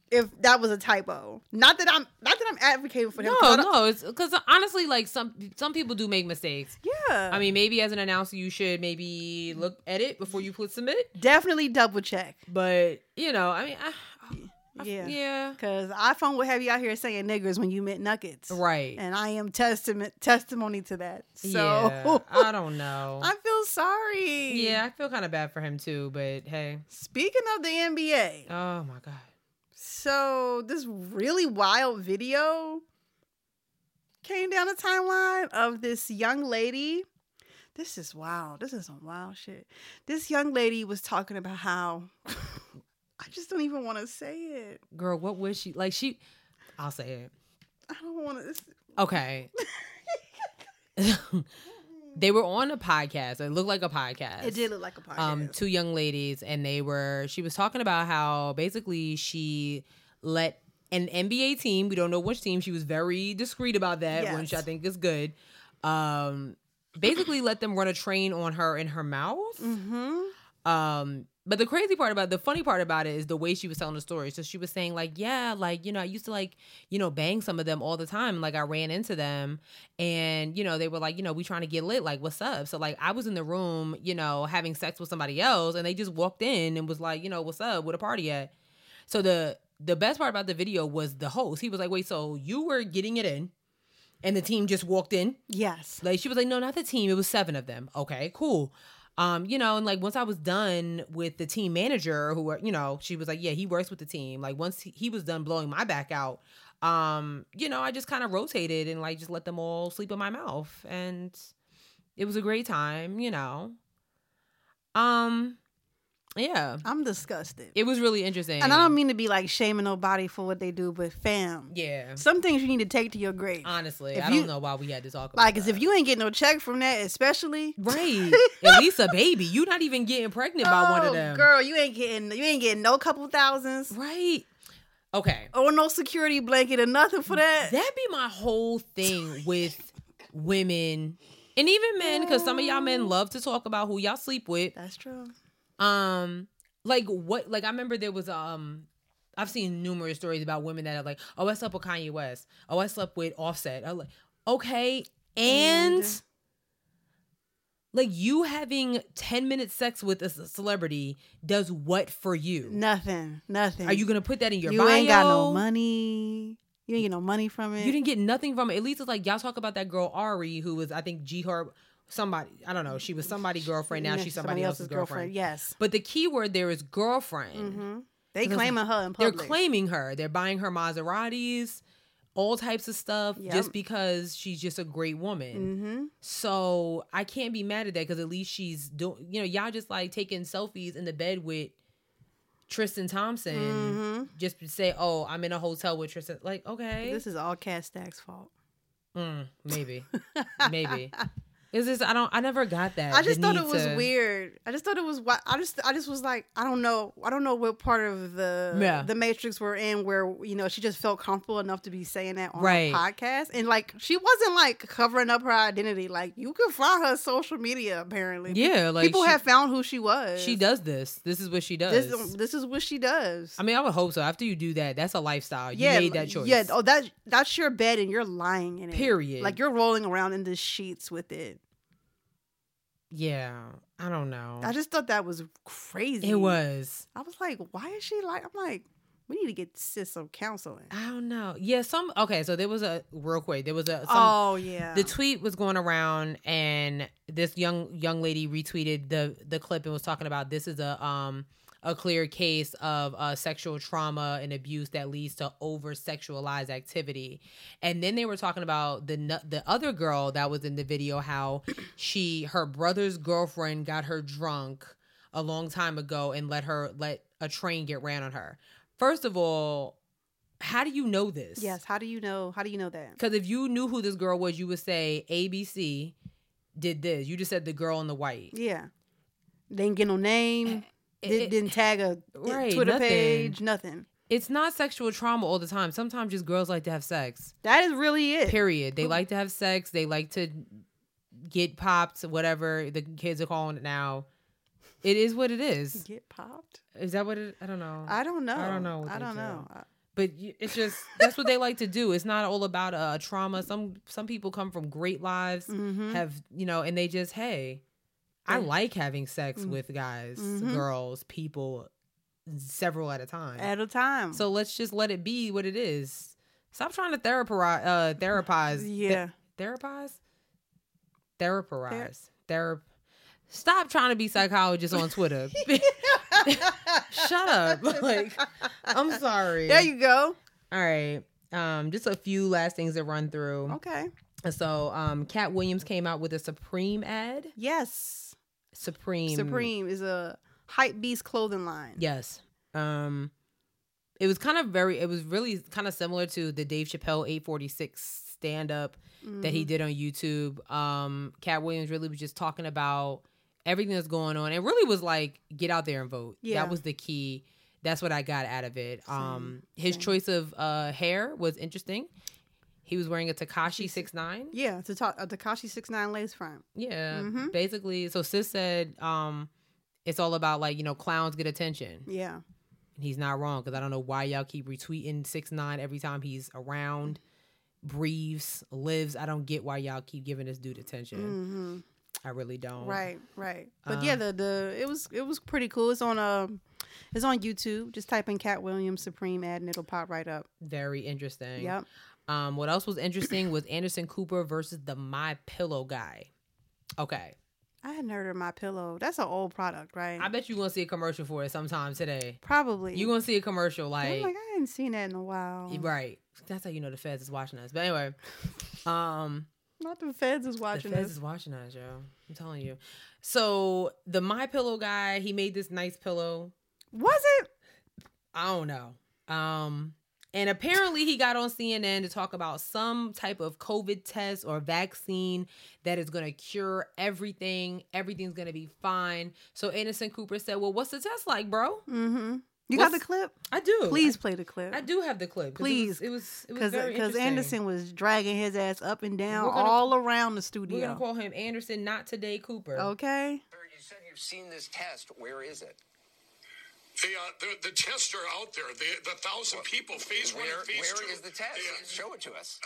Speaker 1: if that was a typo. Not that I'm not that I'm advocating for them.
Speaker 2: No,
Speaker 1: 'cause I don't-
Speaker 2: no, it's because honestly, like some some people do make mistakes.
Speaker 1: Yeah.
Speaker 2: I mean, maybe as an announcer, you should maybe look at it before you put submit.
Speaker 1: definitely double check.
Speaker 2: But you know, I mean, I, I-
Speaker 1: Yeah.
Speaker 2: yeah,
Speaker 1: Cause iPhone would have you out here saying niggers when you meant nuggets.
Speaker 2: right,
Speaker 1: And I am testament testimony to that. So
Speaker 2: yeah. I don't know.
Speaker 1: I feel sorry.
Speaker 2: yeah, I feel kind of bad for him too. But hey,
Speaker 1: Speaking of the NBA,
Speaker 2: oh my god,
Speaker 1: so this really wild video came down the timeline of this young lady. This is wild. This is some wild shit. This young lady was talking about how I just don't even want to say it.
Speaker 2: girl, what was she like? She, I'll say it.
Speaker 1: I don't want to.
Speaker 2: Okay. they were on a podcast. It looked like a podcast.
Speaker 1: It did look like a podcast.
Speaker 2: um two young ladies and they were she was talking about how basically she let an NBA team, we don't know which team, she was very discreet about that, which
Speaker 1: Yes.
Speaker 2: I think is good. Um basically let them run a train on her in her mouth.
Speaker 1: mm-hmm.
Speaker 2: Um, but the crazy part about the funny part about it is the way she was telling the story. So she was saying like, yeah, like you know, I used to like you know bang some of them all the time. Like I ran into them, and you know they were like, you know, we trying to get lit. Like what's up? So like I was in the room, you know, having sex with somebody else, and they just walked in and was like, you know, what's up? Where the party at? So the the best part about the video was the host. He was like, wait, so you were getting it in, and the team just walked in.
Speaker 1: Yes.
Speaker 2: Like she was like, no, not the team. It was seven of them. Okay, cool. Um, you know, and like once I was done with the team manager, who were, you know, she was like, yeah, he works with the team. Like once he- he was done blowing my back out, um, you know, I just kind of rotated and like just let them all sleep in my mouth, and it was a great time, you know. Um, yeah,
Speaker 1: I'm disgusted.
Speaker 2: it was really interesting.
Speaker 1: And I don't mean to be like shaming nobody for what they do, but fam,
Speaker 2: yeah, Uh,
Speaker 1: some things you need to take to your grave.
Speaker 2: honestly,
Speaker 1: If
Speaker 2: I don't
Speaker 1: you-
Speaker 2: know why we had to talk about
Speaker 1: like, cause
Speaker 2: that.
Speaker 1: if you ain't getting no check from that, especially
Speaker 2: right, at least a baby, you not even getting pregnant by one
Speaker 1: Oh,
Speaker 2: of them,
Speaker 1: girl, you ain't getting you ain't getting no couple thousands
Speaker 2: Right. Okay.
Speaker 1: or no security blanket or nothing for that.
Speaker 2: That be my whole thing with women and even men, because some of y'all men love to talk about who y'all sleep with.
Speaker 1: That's true.
Speaker 2: Um, like what? Like I remember there was um, I've seen numerous stories about women that are like, oh, I slept with Kanye West. Oh, I slept with Offset. I'm like, okay, and.
Speaker 1: And-
Speaker 2: like you having 10 minute sex with a c- celebrity does what for you?
Speaker 1: Nothing. Nothing.
Speaker 2: Are you going to put that in your
Speaker 1: You
Speaker 2: bio?
Speaker 1: ain't got no money. You ain't get no money from it.
Speaker 2: You didn't get nothing from it. At least it's like y'all talk about that girl Ari, who was I think G her somebody. I don't know. She was somebody girlfriend. Now
Speaker 1: Yeah,
Speaker 2: she's somebody, else's girlfriend.
Speaker 1: Yes.
Speaker 2: But the key word there is girlfriend.
Speaker 1: hmm They
Speaker 2: Because
Speaker 1: claiming her in
Speaker 2: They're
Speaker 1: public.
Speaker 2: claiming her. They're buying her Maseratis, all types of stuff,
Speaker 1: Yep.
Speaker 2: just because she's just a great woman.
Speaker 1: hmm
Speaker 2: So I can't be mad at that because at least she's doing. You know, y'all just like taking selfies in the bed with Tristan Thompson.
Speaker 1: hmm
Speaker 2: Just to say, oh, I'm in a hotel with Tristan. Like, okay,
Speaker 1: This is all Cat Stack's fault.
Speaker 2: Mm, maybe, maybe. Is this? I don't. I never got that.
Speaker 1: I just
Speaker 2: the
Speaker 1: thought
Speaker 2: need
Speaker 1: it was
Speaker 2: to-
Speaker 1: weird. I just thought it was. wi- I just, I just was like, I don't know. I don't know what part of the
Speaker 2: Yeah.
Speaker 1: the Matrix we're in where you know she just felt comfortable enough to be saying that on
Speaker 2: Right.
Speaker 1: a podcast, and like she wasn't like covering up her identity. Like you could find her social media apparently.
Speaker 2: Yeah, like
Speaker 1: people
Speaker 2: she,
Speaker 1: have found who she was.
Speaker 2: She does this. This is what she does.
Speaker 1: This, this is what she does.
Speaker 2: I mean, I would hope so. After you do that, that's a lifestyle. You made that
Speaker 1: like-
Speaker 2: choice.
Speaker 1: Yeah. Oh, that that's your bed, and you're lying in it.
Speaker 2: Period.
Speaker 1: Like you're rolling around in the sheets with it.
Speaker 2: Yeah. I don't know.
Speaker 1: I just thought that was crazy.
Speaker 2: Oh. it was.
Speaker 1: I was like, why is she like? I'm like, we need to get sis some counseling.
Speaker 2: I don't know. Yeah. Some. Okay. So there was a real quick. There was a. Some,
Speaker 1: oh yeah.
Speaker 2: the tweet was going around and this young young lady retweeted the the clip and was talking about this is a um a clear case of uh, sexual trauma and abuse that leads to over sexualized activity and then they were talking about the nu- the other girl that was in the video how she her brother's girlfriend got her drunk a long time ago and let her let a train get ran on her first of all how do you know this
Speaker 1: yes. How do you know? How do you know that?
Speaker 2: because if you knew who this girl was, you would say ABC did this. You just said the girl in the white.
Speaker 1: Yeah. They didn't get no name.
Speaker 2: It-
Speaker 1: did,
Speaker 2: it-
Speaker 1: didn't tag a
Speaker 2: Eh,
Speaker 1: eh,
Speaker 2: Right,
Speaker 1: Twitter
Speaker 2: nothing.
Speaker 1: page. Nothing.
Speaker 2: It's not sexual trauma all the time. Sometimes just girls like to have sex.
Speaker 1: That is really it.
Speaker 2: Period. They like to have sex. They like to get popped. Whatever the kids are calling it now. It is what it is.
Speaker 1: Get popped?
Speaker 2: Is that what it? I don't know.
Speaker 1: I don't know.
Speaker 2: I don't know what
Speaker 1: I
Speaker 2: they
Speaker 1: don't
Speaker 2: do.
Speaker 1: know. I-
Speaker 2: but you- it's just that's what they like to do. It's not all about uh, trauma. Some some people come from great lives,
Speaker 1: Mhm.
Speaker 2: have you know, and they just hey, I
Speaker 1: Yeah.
Speaker 2: like having sex
Speaker 1: Mm.
Speaker 2: with guys,
Speaker 1: Mhm.
Speaker 2: girls, people, several at a time.
Speaker 1: At a time.
Speaker 2: so let's just let it be what it is. Stop trying to therapize, uh, therapize, Th-
Speaker 1: yeah.
Speaker 2: therapize, therapize, therap. Stop trying to be psychologist on Twitter. Shut up! Like, I'm sorry.
Speaker 1: there you go.
Speaker 2: All right. Um, just a few last things to run through.
Speaker 1: Okay.
Speaker 2: So, um, Cat Williams came out with a Supreme ad.
Speaker 1: Yes.
Speaker 2: Supreme.
Speaker 1: Supreme is a hype beast clothing line.
Speaker 2: Yes. Um, it was kind of very. It was really kind of similar to the Dave Chappelle 846 stand up that
Speaker 1: Mm-hmm.
Speaker 2: he did on YouTube. Um, Cat Williams really was just talking about everything that's going on. It really was like get out there and vote.
Speaker 1: Yeah.
Speaker 2: That was the key. That's what I got out of it. Um, his
Speaker 1: same.
Speaker 2: choice of uh, hair was interesting. He was wearing a Takashi six nine.
Speaker 1: Mm-hmm. Yeah, to talk a Takashi six nine lace front.
Speaker 2: Yeah,
Speaker 1: Mhm.
Speaker 2: basically. So sis said, um, it's all about like you know clowns get attention.
Speaker 1: Yeah,
Speaker 2: And he's not wrong because I don't know why y'all keep retweeting six nine every time he's around, breathes, lives. I don't get why y'all keep giving this dude attention.
Speaker 1: hmm
Speaker 2: I really don't.
Speaker 1: right, right. But
Speaker 2: Oh. Uh,
Speaker 1: yeah, the the it was it was pretty cool. It's on um, it's on YouTube. Just type in Cat Williams Supreme ad and it'll pop right up.
Speaker 2: Very interesting.
Speaker 1: Yep.
Speaker 2: Um, what else was interesting was Anderson Cooper versus the My Pillow guy. Okay,
Speaker 1: I hadn't heard of my pillow. That's an old product, right?
Speaker 2: I bet you're gonna see a commercial for it sometime today.
Speaker 1: Probably.
Speaker 2: You're gonna see a commercial
Speaker 1: I'm
Speaker 2: like,
Speaker 1: like I hadn't seen that in a while.
Speaker 2: right. That's how you know the feds is watching us. But anyway, um,
Speaker 1: Not the feds is watching
Speaker 2: the feds
Speaker 1: us.
Speaker 2: is watching us, yo. I'm telling you. So the My Pillow guy, he made this nice pillow.
Speaker 1: Was it?
Speaker 2: I don't know. Um, and apparently he got on CNN to talk about some type of COVID test or vaccine that is going to cure everything. Everything's going to be fine. So Innocent Cooper said, "Well, what's the test like, bro?"
Speaker 1: Mm-hmm. You got the
Speaker 2: What's-
Speaker 1: clip?
Speaker 2: I do.
Speaker 1: Please play the clip.
Speaker 2: I, I do have the clip. 'cause
Speaker 1: Please.
Speaker 2: it was it was, it was
Speaker 1: Because
Speaker 2: very interesting.
Speaker 1: Anderson was dragging his ass up and down
Speaker 2: We're gonna-
Speaker 1: all around the
Speaker 2: We're gonna
Speaker 1: studio.
Speaker 2: call him Anderson, not today Cooper.
Speaker 1: Okay.
Speaker 4: Heard You said you've seen this test. Where is it?
Speaker 5: The, uh, the, the tests are out there. The, the thousand people, phase one
Speaker 4: Where,
Speaker 5: and phase two.
Speaker 4: where is the test?
Speaker 5: Yeah.
Speaker 4: Show it to us.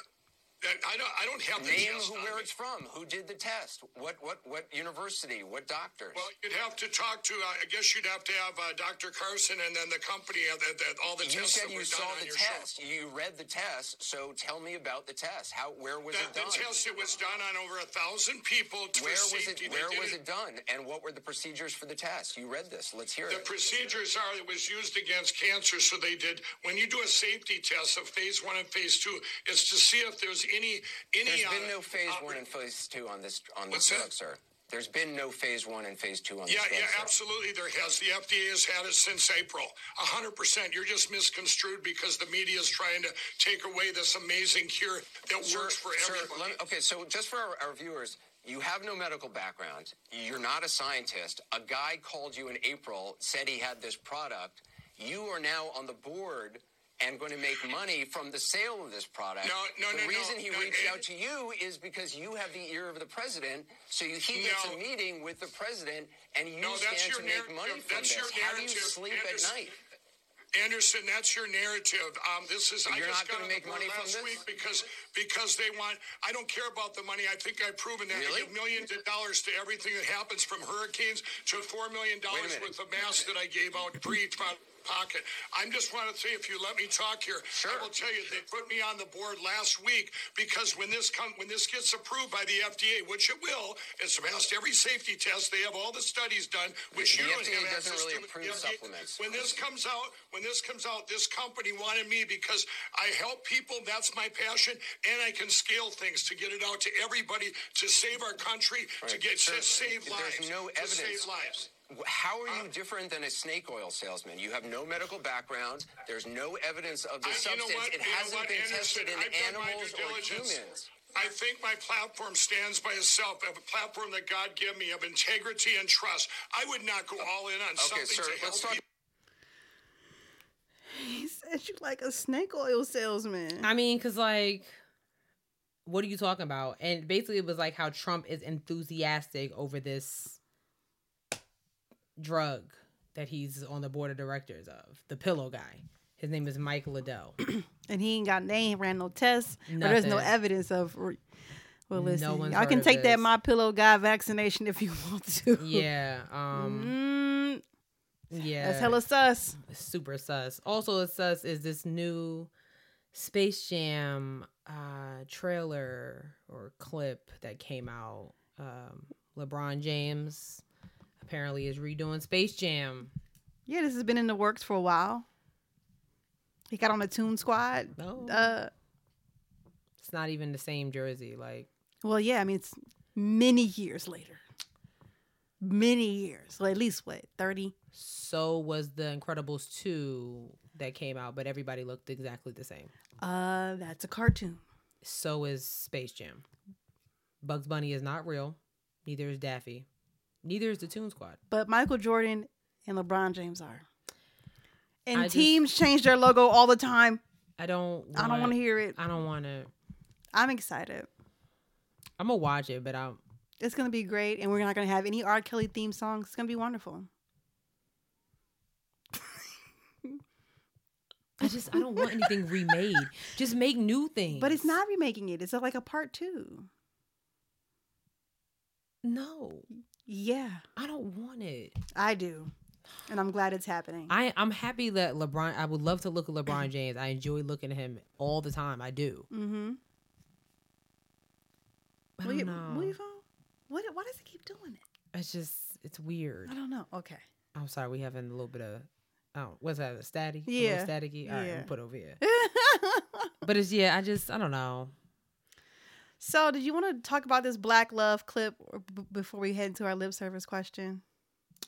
Speaker 5: I, don't, I don't have the
Speaker 4: Name
Speaker 5: test.
Speaker 4: who,
Speaker 5: on
Speaker 4: where
Speaker 5: me.
Speaker 4: it's from. Who did the test? What what what university? What doctors?
Speaker 5: Well, you'd have to talk to, uh, I guess you'd have to have uh, Dr. Carson and then the company uh, that, that all the
Speaker 4: you
Speaker 5: tests
Speaker 4: said
Speaker 5: that
Speaker 4: you
Speaker 5: were
Speaker 4: saw
Speaker 5: done on
Speaker 4: the
Speaker 5: your
Speaker 4: test.
Speaker 5: show.
Speaker 4: You read the test. So tell me about the test. How? Where was it
Speaker 5: That,
Speaker 4: done?
Speaker 5: the test, it was done on over a thousand people. To
Speaker 4: where was
Speaker 5: safety.
Speaker 4: it?
Speaker 5: They
Speaker 4: Where
Speaker 5: did
Speaker 4: was it done? And what were the procedures for the test? You read this. Let's hear
Speaker 5: The
Speaker 4: it.
Speaker 5: procedures are it was used against cancer, so they did when you do a safety test of phase one and phase two, it's to see if there's any any.
Speaker 4: There's been
Speaker 5: uh,
Speaker 4: no phase
Speaker 5: uh,
Speaker 4: one and phase two on this on this
Speaker 5: What's that?
Speaker 4: drug, sir. There's been no phase one and phase two on this
Speaker 5: Yeah,
Speaker 4: drug,
Speaker 5: yeah,
Speaker 4: sir.
Speaker 5: absolutely. There has. The FDA has had it since April. A hundred percent. You're just misconstrued because the media is trying to take away this amazing cure that works for
Speaker 4: sir,
Speaker 5: everybody.
Speaker 4: let me- okay, so just for our, our viewers, you have no medical background. You're not a scientist. A guy called you in April, said he had this product. You are now on the board and going to make money from the sale of this product.
Speaker 5: No, no,
Speaker 4: the
Speaker 5: no, no,
Speaker 4: reason he
Speaker 5: no,
Speaker 4: reached
Speaker 5: it-
Speaker 4: out to you is because you have the ear of the president. So you, he gets
Speaker 5: No.
Speaker 4: a meeting with the president, and you
Speaker 5: No, that's
Speaker 4: stand to
Speaker 5: your
Speaker 4: make
Speaker 5: narr-
Speaker 4: money from
Speaker 5: that's
Speaker 4: this.
Speaker 5: your
Speaker 4: How do you
Speaker 5: narrative,
Speaker 4: sleep
Speaker 5: Anderson.
Speaker 4: at night?
Speaker 5: Anderson, that's your narrative. Um, this is.
Speaker 4: You're
Speaker 5: I
Speaker 4: not
Speaker 5: just got
Speaker 4: gonna
Speaker 5: on the
Speaker 4: make
Speaker 5: board
Speaker 4: money from
Speaker 5: last
Speaker 4: this?
Speaker 5: week because because they want. I don't care about the money. I think I've proven that.
Speaker 4: Really?
Speaker 5: I give millions of dollars to everything that happens from hurricanes to four million dollars
Speaker 4: minute.
Speaker 5: worth of masks that I gave out free from pocket. I'm just want to say, if you let me talk here,
Speaker 4: Sure.
Speaker 5: I will tell you they put me on the board last week because when this come when this gets approved by the FDA, which it will, it's passed every safety test. They have all the studies done, which
Speaker 4: The
Speaker 5: you don't
Speaker 4: FDA doesn't
Speaker 5: have access
Speaker 4: really
Speaker 5: to.
Speaker 4: approve
Speaker 5: The FDA
Speaker 4: supplements.
Speaker 5: When this comes out, when this comes out, this company wanted me because I help people. That's my passion, and I can scale things to get it out to everybody to save our country, to
Speaker 4: Right.
Speaker 5: get
Speaker 4: Sir,
Speaker 5: to save
Speaker 4: there's
Speaker 5: lives.
Speaker 4: no
Speaker 5: to save
Speaker 4: evidence.
Speaker 5: lives.
Speaker 4: How are you different than a snake oil salesman? You have no medical background. There's no evidence of the
Speaker 5: I- you know
Speaker 4: substance.
Speaker 5: what?
Speaker 4: It
Speaker 5: You know
Speaker 4: hasn't
Speaker 5: what,
Speaker 4: been
Speaker 5: Anderson?
Speaker 4: tested in
Speaker 5: I've done my
Speaker 4: animals
Speaker 5: due
Speaker 4: or
Speaker 5: diligence.
Speaker 4: humans.
Speaker 5: I think my platform stands by itself. I have a platform that God gave me of integrity and trust. I would not go all in on
Speaker 4: Oh. Okay,
Speaker 5: something
Speaker 4: sir,
Speaker 5: to help
Speaker 4: let's talk
Speaker 5: people.
Speaker 1: He said you like a snake oil salesman.
Speaker 2: I mean, because, like, what are you talking about? And basically, it was like how Trump is enthusiastic over this drug that he's on the board of directors of, the pillow guy. His name is Mike Liddell.
Speaker 1: and he ain't got they ain't ran no tests. Or there's no
Speaker 2: Nothing.
Speaker 1: evidence of. Re- well,
Speaker 2: No
Speaker 1: listen,
Speaker 2: one's
Speaker 1: y'all
Speaker 2: heard
Speaker 1: can
Speaker 2: of
Speaker 1: take that
Speaker 2: this.
Speaker 1: my pillow guy vaccination if you want to.
Speaker 2: yeah.
Speaker 1: Mm,
Speaker 2: Um, yeah.
Speaker 1: that's hella sus.
Speaker 2: super sus. Also, as sus is this new Space Jam uh, trailer or clip that came out. Um, LeBron James apparently is redoing Space Jam.
Speaker 1: Yeah, this has been in the works for a while. He got on the Tune Squad.
Speaker 2: No,
Speaker 1: Uh,
Speaker 2: it's not even the same jersey. Like,
Speaker 1: well, yeah, I mean it's many years later. Many years, well, at least what thirty?
Speaker 2: so was the Incredibles two that came out, but everybody looked exactly the same.
Speaker 1: Uh, that's a cartoon.
Speaker 2: So is Space Jam. Bugs Bunny is not real. Neither is Daffy. Neither is the Toon Squad.
Speaker 1: but Michael Jordan and LeBron James are. And
Speaker 2: I just-
Speaker 1: teams change their logo all the time.
Speaker 2: I don't. Want,
Speaker 1: I don't want to hear it.
Speaker 2: I don't want to.
Speaker 1: I'm excited.
Speaker 2: I'm gonna watch it, but I'm
Speaker 1: It's gonna be great, and we're not gonna have any R. Kelly theme songs. It's gonna be wonderful.
Speaker 2: I just I don't want anything remade. Just make new things.
Speaker 1: But it's not remaking it. It's like a part two.
Speaker 2: No,
Speaker 1: Yeah,
Speaker 2: I don't want it.
Speaker 1: I do, and I'm glad it's happening.
Speaker 2: I I'm happy that LeBron. I would love to look at LeBron James. I enjoy looking at him all the time. I do.
Speaker 1: mm-hmm.
Speaker 2: I
Speaker 1: Will
Speaker 2: don't
Speaker 1: you,
Speaker 2: know.
Speaker 1: will you phone? What? Why does he keep doing it?
Speaker 2: It's just it's weird.
Speaker 1: I don't know. Okay.
Speaker 2: I'm sorry. We having a little bit of. Oh, what's that? A static?
Speaker 1: Yeah.
Speaker 2: Staticky. All right,
Speaker 1: Yeah.
Speaker 2: I'm put over here. But it's yeah. I just I don't know.
Speaker 1: so, did you want to talk about this Black Love clip or b- before we head into our lip service question?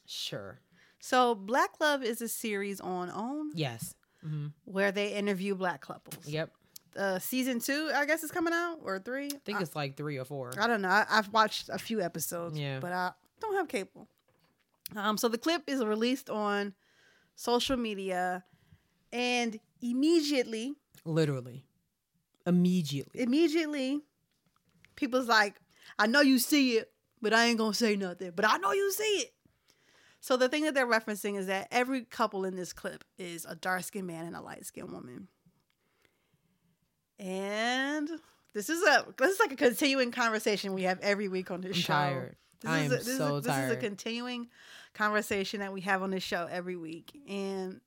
Speaker 2: Sure.
Speaker 1: So Black Love is a series on OWN
Speaker 2: Yes. hmm
Speaker 1: where they interview black couples.
Speaker 2: Yep.
Speaker 1: Uh, season two, I guess, is coming out or three.
Speaker 2: I think it's like three or four.
Speaker 1: I don't know. I, I've watched a few episodes,
Speaker 2: Yeah.
Speaker 1: but I don't have cable. Um, so the clip is released on social media, and immediately,
Speaker 2: Literally. Immediately.
Speaker 1: immediately, people's like, "I know you see it, but I ain't gonna say nothing. But I know you see it." So the thing that they're referencing is that every couple in this clip is a dark skinned man and a light skinned woman. And this is a this is like a continuing conversation we have every week on this
Speaker 2: I'm
Speaker 1: show.
Speaker 2: tired.
Speaker 1: This
Speaker 2: I
Speaker 1: is
Speaker 2: am
Speaker 1: a, this
Speaker 2: so
Speaker 1: is a, This is a
Speaker 2: tired.
Speaker 1: continuing conversation that we have on this show every week, and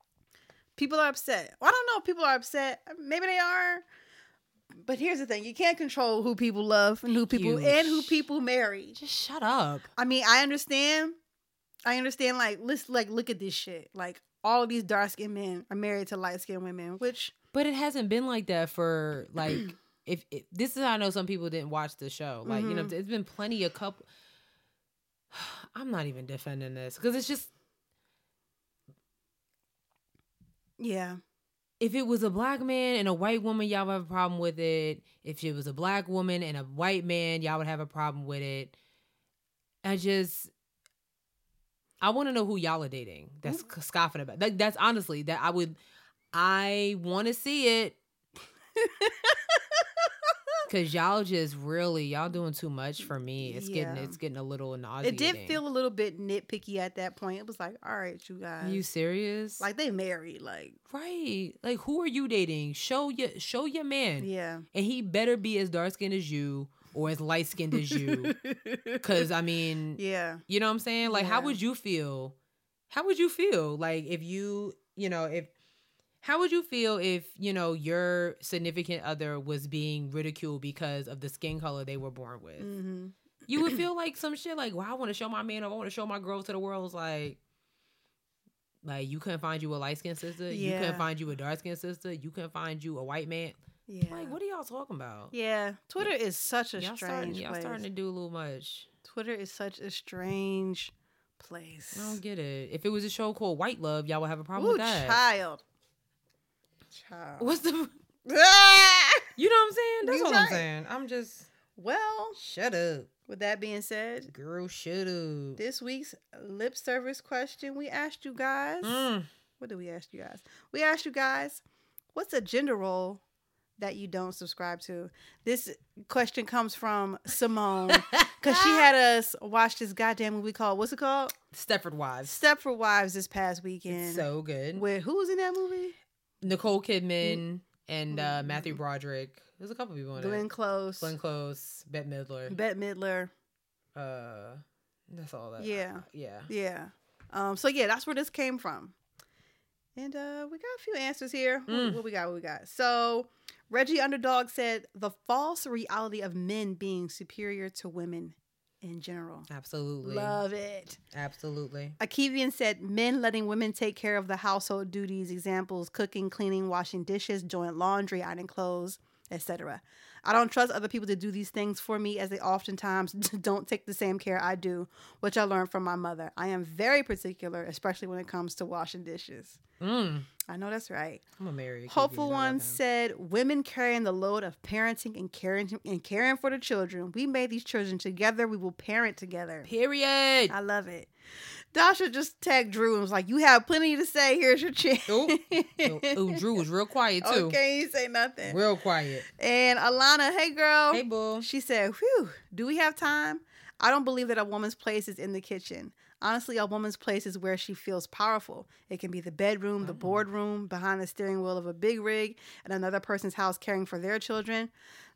Speaker 1: people are upset. Well, I don't know if people are upset. Maybe they are. But here's the thing: you can't control who people love and who people
Speaker 2: you.
Speaker 1: and who people marry.
Speaker 2: Just shut up.
Speaker 1: I mean, I understand. I understand. Like, let's like look at this shit. Like, all of these dark skinned men are married to light skinned women, which
Speaker 2: But it hasn't been like that for like if, if this is how I know some people didn't watch the show. Like you know,
Speaker 1: Mm-hmm.
Speaker 2: it's been plenty of couple. I'm not even defending this because it's just
Speaker 1: yeah,
Speaker 2: if it was a black man and a white woman, y'all would have a problem with it. If it was a black woman and a white man, y'all would have a problem with it. I just, I want to know who y'all are dating. That's
Speaker 1: Mm-hmm.
Speaker 2: c- scoffing about. That, that's honestly that I would, I want to see it. Cause y'all just really y'all doing too much for me. It's
Speaker 1: Yeah.
Speaker 2: getting it's getting a little nauseating.
Speaker 1: it did feel a little bit nitpicky at that point. It was like, all right, you guys,
Speaker 2: You serious?
Speaker 1: like they married, like
Speaker 2: right? Like who are you dating? Show your show your man.
Speaker 1: yeah,
Speaker 2: and he better be as dark skinned as you or as light skinned as you. Cause I mean,
Speaker 1: yeah,
Speaker 2: you know what I'm saying? Like, how
Speaker 1: Yeah.
Speaker 2: would you feel? How would you feel? Like, if you, you know, if, how would you feel if, you know, your significant other was being ridiculed because of the skin color they were born with?
Speaker 1: hmm
Speaker 2: You would feel like some shit like, well, I want to show my man, or I want to show my girl to the world. It's like, like you couldn't find you a light skinned sister, you
Speaker 1: Yeah.
Speaker 2: couldn't find you a dark skinned sister, you couldn't find you a white man.
Speaker 1: yeah.
Speaker 2: Like, what are y'all talking about?
Speaker 1: yeah, Twitter is such a
Speaker 2: y'all starting,
Speaker 1: strange
Speaker 2: y'all
Speaker 1: place.
Speaker 2: starting to do a little much.
Speaker 1: Twitter is such a strange place.
Speaker 2: I don't get it. If it was a show called White Love, y'all would have a problem
Speaker 1: Ooh,
Speaker 2: with that.
Speaker 1: child. Child.
Speaker 2: What's the? You know what I'm saying? That's
Speaker 1: You
Speaker 2: all I'm
Speaker 1: right.
Speaker 2: saying. I'm just
Speaker 1: Well,
Speaker 2: shut up,
Speaker 1: with that being said,
Speaker 2: girl. Shut up.
Speaker 1: this week's lip service question we asked you guys.
Speaker 2: Mm.
Speaker 1: What did we ask you guys? We asked you guys, what's a gender role that you don't subscribe to? This question comes from Simone because she had us watch this goddamn movie called what's it called?
Speaker 2: Stepford Wives.
Speaker 1: Step for Wives this past weekend.
Speaker 2: So good.
Speaker 1: With who was in that movie?
Speaker 2: Nicole Kidman and uh, Matthew Broderick. There's a couple people in
Speaker 1: Mm. Glenn
Speaker 2: it.
Speaker 1: Close,
Speaker 2: Glenn Close, Bette Midler.
Speaker 1: Bette Midler.
Speaker 2: uh, that's all that.
Speaker 1: Yeah.
Speaker 2: yeah.
Speaker 1: Yeah. Um, so yeah, that's where this came from. And uh, we got a few answers here. What,
Speaker 2: Mm.
Speaker 1: what we got? What we got? So Reggie Underdog said the false reality of men being superior to women in general.
Speaker 2: Absolutely.
Speaker 1: Love it.
Speaker 2: Absolutely.
Speaker 1: Akivian said men letting women take care of the household duties, examples cooking, cleaning, washing dishes, doing laundry, ironing clothes, etc. I don't trust other people to do these things for me as they oftentimes don't take the same care I do, which I learned from my mother. I am very particular, especially when it comes to washing dishes.
Speaker 2: Mm.
Speaker 1: I know that's right.
Speaker 2: I'm a married.
Speaker 1: Hopeful One said, "Women carrying the load of parenting and caring and caring for the children. We made these children together. We will parent together."
Speaker 2: Period.
Speaker 1: I love it. Dasha just tagged Drew and was like, "You have plenty to say. Here's your chance."
Speaker 2: Oh, oh, oh, Drew was real quiet too.
Speaker 1: okay, you say nothing.
Speaker 2: Real quiet.
Speaker 1: And Alana, hey girl,
Speaker 2: Hey, boo.
Speaker 1: she said, "Whew, do we have time? I don't believe that a woman's place is in the kitchen. Honestly, a woman's place is where she feels powerful. It can be the bedroom,
Speaker 2: Oh.
Speaker 1: the boardroom, behind the steering wheel of a big rig, and another person's house caring for their children.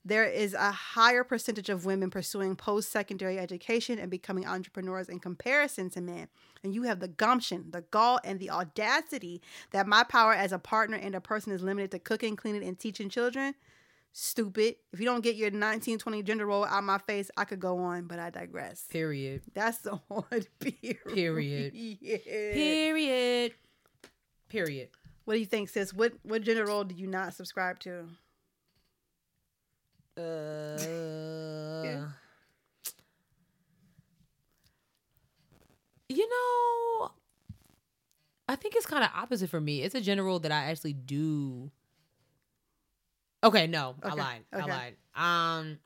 Speaker 1: There is a higher percentage of women pursuing post secondary education and becoming entrepreneurs in comparison to men. And you have the gumption, the gall, and the audacity that my power as a partner and a person is limited to cooking, cleaning, and teaching children stupid. If you don't get your 1920 gender role out my face, I could go on, but I digress.
Speaker 2: Period.
Speaker 1: That's the hard period.
Speaker 2: Period.
Speaker 1: Yeah.
Speaker 2: Period. Period.
Speaker 1: What do you think, sis? What what gender role do you not subscribe to?
Speaker 2: Uh, you know, I think it's kind of opposite for me. It's a general that I actually do. Okay, no, I
Speaker 1: Okay,
Speaker 2: lied.
Speaker 1: okay.
Speaker 2: I lied. Um,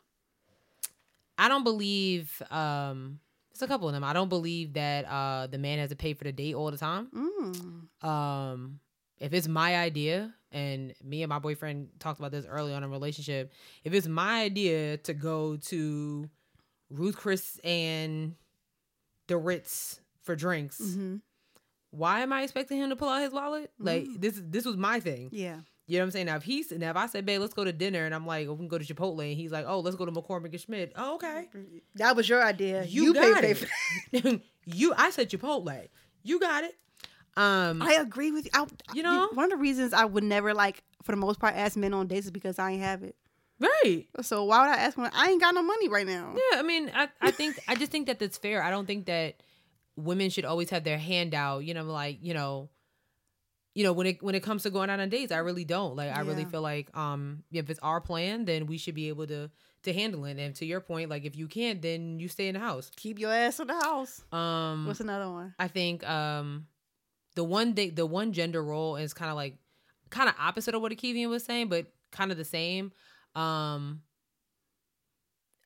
Speaker 2: I don't believe. Um, it's a couple of them. I don't believe that uh the man has to pay for the date all the time.
Speaker 1: Mm.
Speaker 2: Um, if it's my idea, and me and my boyfriend talked about this early on in a relationship, if it's my idea to go to Ruth Chris and the Ritz for drinks,
Speaker 1: hmm
Speaker 2: why am I expecting him to pull out his wallet? Like
Speaker 1: Mm.
Speaker 2: this this was my thing.
Speaker 1: Yeah.
Speaker 2: You know what I'm saying? Now if he's now if I said, babe, let's go to dinner and I'm like, oh, we can go to Chipotle and he's like, Oh, let's go to McCormick and Schmidt. Oh, okay.
Speaker 1: That was your idea.
Speaker 2: You,
Speaker 1: pay-
Speaker 2: got
Speaker 1: pay
Speaker 2: it.
Speaker 1: for-
Speaker 2: you I said Chipotle. You got it. Um
Speaker 1: I agree with you. I, I-
Speaker 2: You know?
Speaker 1: one of the reasons I would never like, for the most part, ask men on dates is because I ain't have it.
Speaker 2: Right.
Speaker 1: So why would I ask when I ain't got no money right now?
Speaker 2: Yeah, I mean, I, I think I just think that that's fair. I don't think that women should always have their hand out. You know, like you know, you know when it when it comes to going out on dates, I really don't. Like, I really
Speaker 1: Yeah.
Speaker 2: feel like um, if it's our plan, then we should be able to to handle it. And to your point, like if you can't, then you stay in the house.
Speaker 1: Keep your ass in the house.
Speaker 2: Um,
Speaker 1: What's another one?
Speaker 2: I think um the one thing the one gender role is kind of like kind of opposite of what Akivian was saying, but kind of the same. Um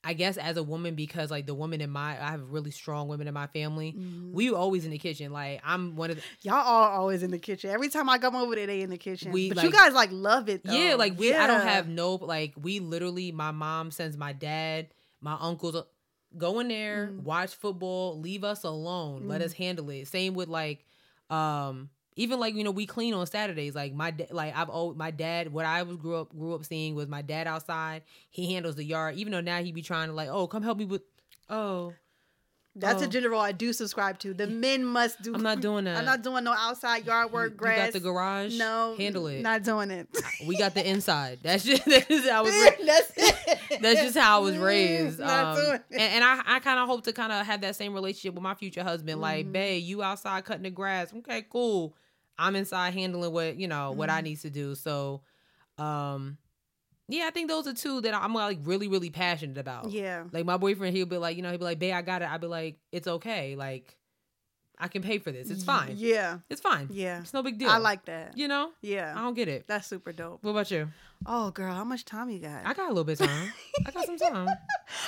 Speaker 2: I guess as a woman because like the woman in my I have really strong women in my family.
Speaker 1: Mhm.
Speaker 2: We always in the kitchen. Like I'm one of the,
Speaker 1: Y'all all always in the kitchen. Every time I come over there, they in the kitchen.
Speaker 2: We,
Speaker 1: but you
Speaker 2: like-
Speaker 1: guys like love it. Though.
Speaker 2: Yeah, like we I don't
Speaker 1: Um, Yeah.
Speaker 2: have no like we literally my mom sends my dad, my uncles uh, go in there,
Speaker 1: Mm.
Speaker 2: watch football, leave us alone. Let
Speaker 1: Mm.
Speaker 2: us handle it. Same with like um even like you know we clean on Saturdays. Like my da- like I've always my dad what I was grew up grew up seeing was my dad outside. He handles the yard even though now he be trying to like, "Oh, come help me with oh,
Speaker 1: That's
Speaker 2: oh.
Speaker 1: a gender role I do subscribe to. The men must do.
Speaker 2: I'm not doing that."
Speaker 1: I'm not doing no outside yard work. Grass.
Speaker 2: You got the garage.
Speaker 1: No,
Speaker 2: handle it.
Speaker 1: Not doing it.
Speaker 2: we got the inside. That's just that is I was
Speaker 1: That's it.
Speaker 2: That's just how I was raised.
Speaker 1: Mm, Not
Speaker 2: Um,
Speaker 1: doing it.
Speaker 2: and, and I, I kind of hope to kind of have that same relationship with my future husband. Like,
Speaker 1: Mm-hmm.
Speaker 2: babe, you outside cutting the grass. Okay, cool. I'm inside handling what you know what I
Speaker 1: Mm-hmm.
Speaker 2: need to do. So, um, yeah, I think those are two that I'm like really really passionate about.
Speaker 1: Yeah.
Speaker 2: Like my boyfriend, he'll be like, you know, he'll be like, babe, I got it. I'll be like, it's okay. Like, I can pay for this. It's fine.
Speaker 1: Yeah.
Speaker 2: It's fine.
Speaker 1: Yeah.
Speaker 2: It's no big deal.
Speaker 1: I like that.
Speaker 2: You know?
Speaker 1: Yeah.
Speaker 2: I don't get it.
Speaker 1: That's super dope.
Speaker 2: What about you?
Speaker 1: Oh, girl, how much time you got?
Speaker 2: I got a little bit of time. I got some time.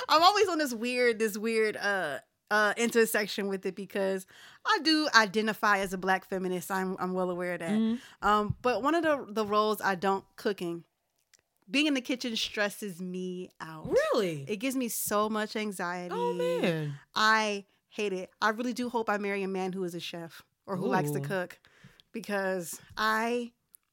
Speaker 1: I'm always on this weird, this weird uh uh intersection with it because I do identify as a black feminist. I'm I'm well aware of that.
Speaker 2: Mm-hmm.
Speaker 1: Um, but one of the the roles I don't cooking, being in the kitchen stresses me out.
Speaker 2: Really?
Speaker 1: It gives me so much anxiety.
Speaker 2: oh man.
Speaker 1: I hate it. I really do hope I marry a man who is a chef or who likes to
Speaker 2: Ooh.
Speaker 1: cook because I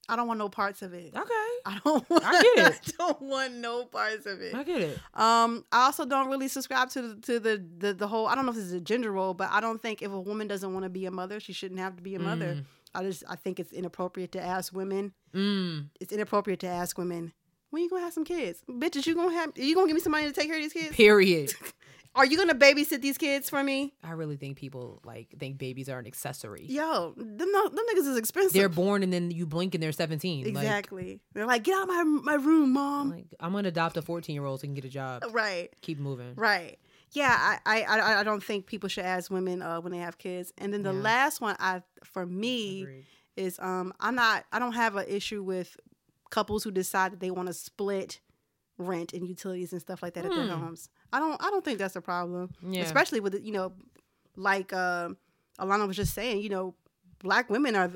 Speaker 1: I don't want no parts of it.
Speaker 2: Okay.
Speaker 1: I don't want, I,
Speaker 2: get it.
Speaker 1: don't want no parts of it.
Speaker 2: I get it.
Speaker 1: Um, I also don't really subscribe to the, to the, the the whole. I don't know if this is a gender role, but I don't think if a woman doesn't want to be a mother, she shouldn't have to be a mother. I just I think it's inappropriate to ask women.
Speaker 2: Mm.
Speaker 1: It's inappropriate to ask women when you gonna have some kids, bitches. You gonna have? you gonna give me somebody to take care of these kids?
Speaker 2: Period.
Speaker 1: Are you gonna babysit these kids for me?
Speaker 2: I really think people like think babies are an accessory.
Speaker 1: Yo, them no- them niggas is expensive.
Speaker 2: They're born and then you blink and they're 17. Like,
Speaker 1: exactly. They're like, get out of my my room, mom.
Speaker 2: like, I'm gonna adopt a 14 year old so he can get a job.
Speaker 1: right.
Speaker 2: Keep moving.
Speaker 1: Right. Yeah, I, I I- I don't think people should ask women uh, when they have kids. And then the
Speaker 2: Yeah.
Speaker 1: last one, I for me
Speaker 2: Agreed.
Speaker 1: is um I'm not I don't have an issue with couples who decide that they want to split rent and utilities and stuff like that at their homes. I don't I don't think that's a problem.
Speaker 2: Mm. Yeah.
Speaker 1: Especially with you know, like uh, Alana was just saying, you know, black women are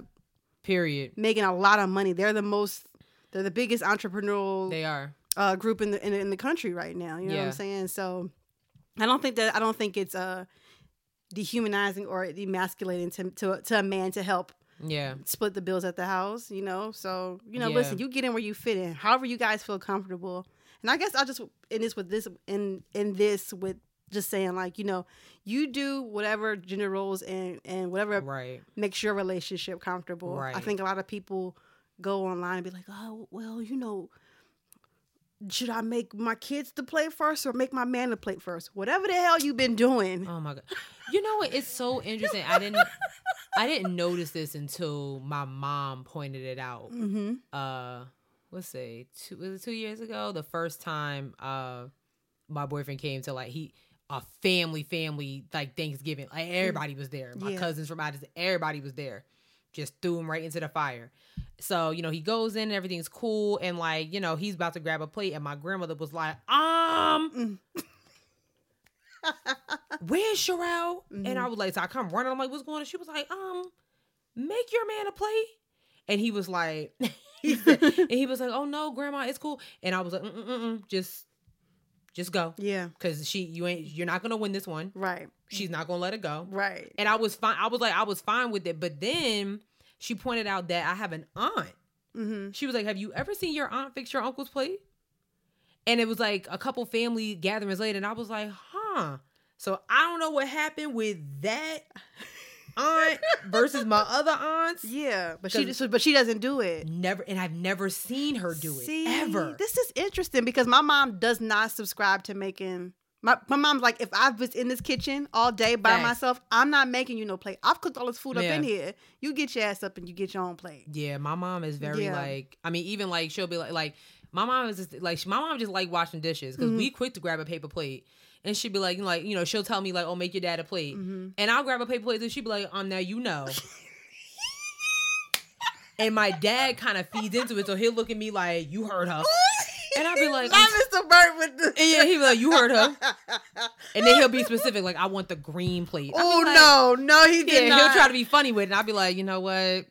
Speaker 2: Period.
Speaker 1: making a lot of money. They're the most they're the biggest entrepreneurial
Speaker 2: They are.
Speaker 1: uh, group in the in, the- in the country right now. You know what
Speaker 2: Yeah.
Speaker 1: I'm saying? So I don't think that I don't think it's uh dehumanizing or emasculating to to, to a man to help
Speaker 2: Yeah.
Speaker 1: split the bills at the house. You know, so you know,
Speaker 2: Yeah.
Speaker 1: listen, you get in where you fit in, however you guys feel comfortable. And I guess I'll just end this with this in in this with just saying like you know you do whatever gender roles and and whatever
Speaker 2: Right.
Speaker 1: makes your relationship comfortable. I
Speaker 2: Right.
Speaker 1: think a lot of people go online and be like, oh, well, you know, should I make my kids the plate first or make my man the plate first? Whatever the hell you've been doing.
Speaker 2: Oh my god. You know what? It's so interesting. I didn't I didn't notice this until my mom pointed it out.
Speaker 1: hmm
Speaker 2: Uh let's say two was it two years ago? The first time uh my boyfriend came to like he a family family like Thanksgiving. Like everybody was there. My
Speaker 1: Yeah.
Speaker 2: cousins from out of everybody was there. Just threw him right into the fire. So, you know, he goes in and everything's cool and like, you know, he's about to grab a plate and my grandmother was like, "Um, where's Sherelle? And I was like, so I come running. I'm like, what's going on? She was like, um, make your man a plate. And he was like, he said- and he was like, oh no, grandma, it's cool. And I was like, mm mm mm, just, just go,
Speaker 1: Yeah.
Speaker 2: cause she, you ain't, you're not gonna win this one.
Speaker 1: Right.
Speaker 2: She's not gonna let it go.
Speaker 1: Right.
Speaker 2: And I was fine. I was like, I was fine with it. But then she pointed out that I have an aunt.
Speaker 1: Mm-hmm.
Speaker 2: She was like, have you ever seen your aunt fix your uncle's plate? And it was like a couple family gatherings later, and I was like, huh. So I don't know what happened with that aunt versus my other aunts.
Speaker 1: Yeah. But she
Speaker 2: 'Cause-
Speaker 1: just, but she doesn't do it.
Speaker 2: Never, and I've never seen her do it
Speaker 1: See,
Speaker 2: ever.
Speaker 1: This is interesting because my mom does not subscribe to making. My, my mom's like, if I was in this kitchen all day by
Speaker 2: Facts.
Speaker 1: myself, I'm not making you no plate. I've cooked all this food up
Speaker 2: Yeah.
Speaker 1: in here. You get your ass up and you get your own plate.
Speaker 2: yeah, my mom is very
Speaker 1: Yeah.
Speaker 2: like. I mean, even like she'll be like, like my mom is just, like she- my mom just like washing dishes because we
Speaker 1: Mm-hmm.
Speaker 2: quick to grab a paper plate, and she'd be like, like you know, she'll tell me like, oh, make your dad a plate,
Speaker 1: Mm-hmm.
Speaker 2: and I'll grab a paper plate, and she'd be like, um, now you know. and my dad kind of feeds into it, so he'll look at me like, you heard her, and I'll be like,
Speaker 1: Not Mr. Burt with the.
Speaker 2: And yeah, he be like, you heard her. And then he'll be specific, like, I want the green plate. I be
Speaker 1: oh
Speaker 2: like,
Speaker 1: no, no, he did
Speaker 2: Yeah,
Speaker 1: not.
Speaker 2: he'll try to be funny with it. And I'll be like, you know what?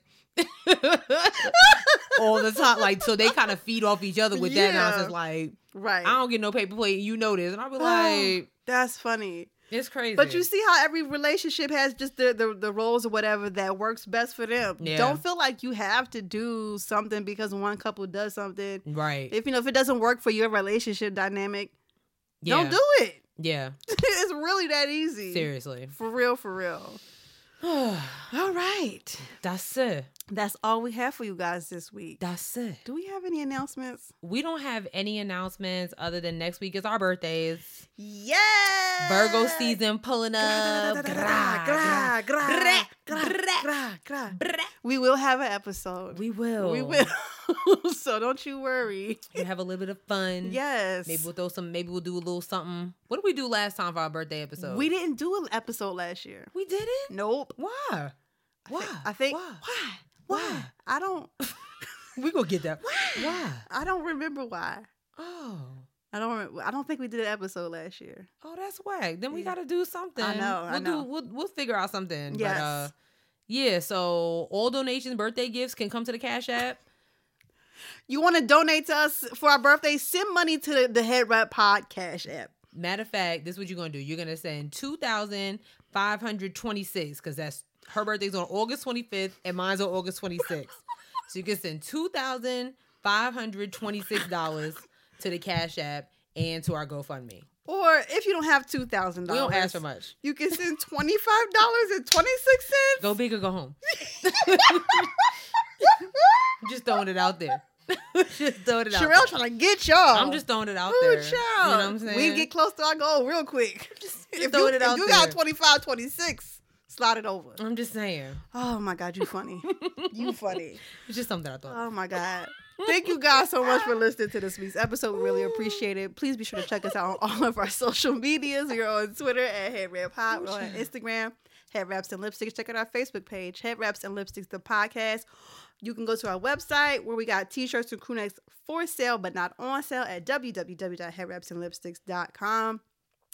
Speaker 2: All the time. Like, so they kind of feed off each other with that
Speaker 1: Yeah.
Speaker 2: nonsense. Like, I
Speaker 1: right.
Speaker 2: don't get no paper plate. You know this. And I'll be like,
Speaker 1: That's funny.
Speaker 2: it's crazy.
Speaker 1: But you see how every relationship has just the, the the roles or whatever that works best for them.
Speaker 2: Yeah.
Speaker 1: Don't feel like you have to do something because one couple does something.
Speaker 2: Right.
Speaker 1: If you know if it doesn't work for your relationship dynamic,
Speaker 2: yeah.
Speaker 1: don't do it.
Speaker 2: Yeah.
Speaker 1: it's really that easy.
Speaker 2: Seriously.
Speaker 1: For real, for real. All right.
Speaker 2: That's it.
Speaker 1: That's all we have for you guys this week.
Speaker 2: That's it.
Speaker 1: Do we have any announcements?
Speaker 2: We don't have any announcements other than next week is our birthdays.
Speaker 1: Yeah.
Speaker 2: Virgo season pulling up.
Speaker 1: Gra, gra, gra, gra, gra, gra. We will have an episode.
Speaker 2: We will.
Speaker 1: We will. so don't you worry.
Speaker 2: We have a little bit of fun.
Speaker 1: Yes.
Speaker 2: Mm-hmm. Maybe we'll throw some. Maybe we'll do a little something. What did we do last time for our birthday episode?
Speaker 1: we didn't do an episode last year.
Speaker 2: We didn't.
Speaker 1: Nope.
Speaker 2: Why? Why?
Speaker 1: I think
Speaker 2: Why?
Speaker 1: why?
Speaker 2: Why?
Speaker 1: I don't
Speaker 2: We gonna get that. Why? Why?
Speaker 1: I don't remember why.
Speaker 2: Oh.
Speaker 1: I don't remember, I don't think we did an episode last year.
Speaker 2: Oh, that's whack. Then we
Speaker 1: Yeah.
Speaker 2: got to do something.
Speaker 1: know,
Speaker 2: We'll
Speaker 1: I know.
Speaker 2: Do, we'll we'll figure out something.
Speaker 1: Yes.
Speaker 2: But, uh, yeah. So all donations, birthday gifts can come to the Cash App.
Speaker 1: You want to donate to us for our birthday? Send money to the, the Head Wrap Podcast app.
Speaker 2: Matter of fact, this is what you're gonna do. You're gonna send two thousand five hundred twenty-six because that's her birthday's on August 25th and mine's on August 26th. so you can send two thousand five hundred twenty-six dollars to the Cash App and to our GoFundMe.
Speaker 1: Or if you don't have two thousand
Speaker 2: We
Speaker 1: dollars,
Speaker 2: don't ask for much.
Speaker 1: You can send twenty five dollars and twenty six cents.
Speaker 2: Go big or go home. just throwing it out there. just throwing it out.
Speaker 1: Sherelle
Speaker 2: there.
Speaker 1: trying to get y'all.
Speaker 2: I'm just throwing it out
Speaker 1: Ooh,
Speaker 2: there.
Speaker 1: child.
Speaker 2: You know what I'm saying?
Speaker 1: We get close to our goal real quick. if you,
Speaker 2: throwing
Speaker 1: if
Speaker 2: it out
Speaker 1: you
Speaker 2: there. Uh-huh.
Speaker 1: got 25, 26, slide it over.
Speaker 2: I'm just saying.
Speaker 1: Oh my God, you funny. you funny.
Speaker 2: It's just something I thought.
Speaker 1: Oh my God. Thank you guys so much for listening to this week's episode. We really appreciate it. Please be sure to check us out on all of our social medias. We're on Twitter at Head Wrap Pod. We're on Instagram, Head Wraps and Lipsticks. Check out our Facebook page, Head Wraps and Lipsticks, the podcast. You can go to our website where we got t-shirts and crew necks for sale, but not on sale at www.headwrapsandlipsticks.com.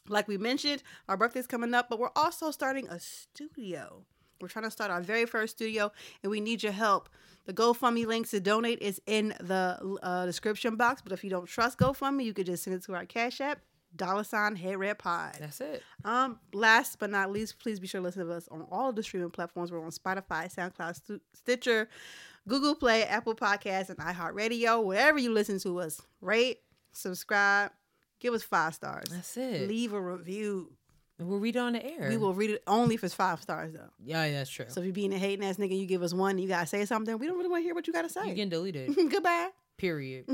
Speaker 1: Like we mentioned, our birthday's coming up, but we're also starting a studio. We're trying to start our very first studio, and we need your help. The GoFundMe links to donate is in the uh, description box, but if you don't trust GoFundMe, you could just send it to our Cash App, dollar sign, head red pod.
Speaker 2: That's it.
Speaker 1: Um, last but not least, please be sure to listen to us on all of the streaming platforms. We're on Spotify, SoundCloud, Stu- Stitcher, Google Play, Apple Podcasts, and iHeartRadio. Wherever you listen to us, rate, subscribe, give us five stars.
Speaker 2: That's it.
Speaker 1: Leave a review.
Speaker 2: We'll read it on the air.
Speaker 1: We will read it only if it's five stars though.
Speaker 2: Yeah, yeah, that's true.
Speaker 1: So if you're being a hating ass nigga, you give us one, and you gotta say something. We don't really want to hear what you gotta
Speaker 2: you
Speaker 1: say.
Speaker 2: can delete it.
Speaker 1: Goodbye.
Speaker 2: Period.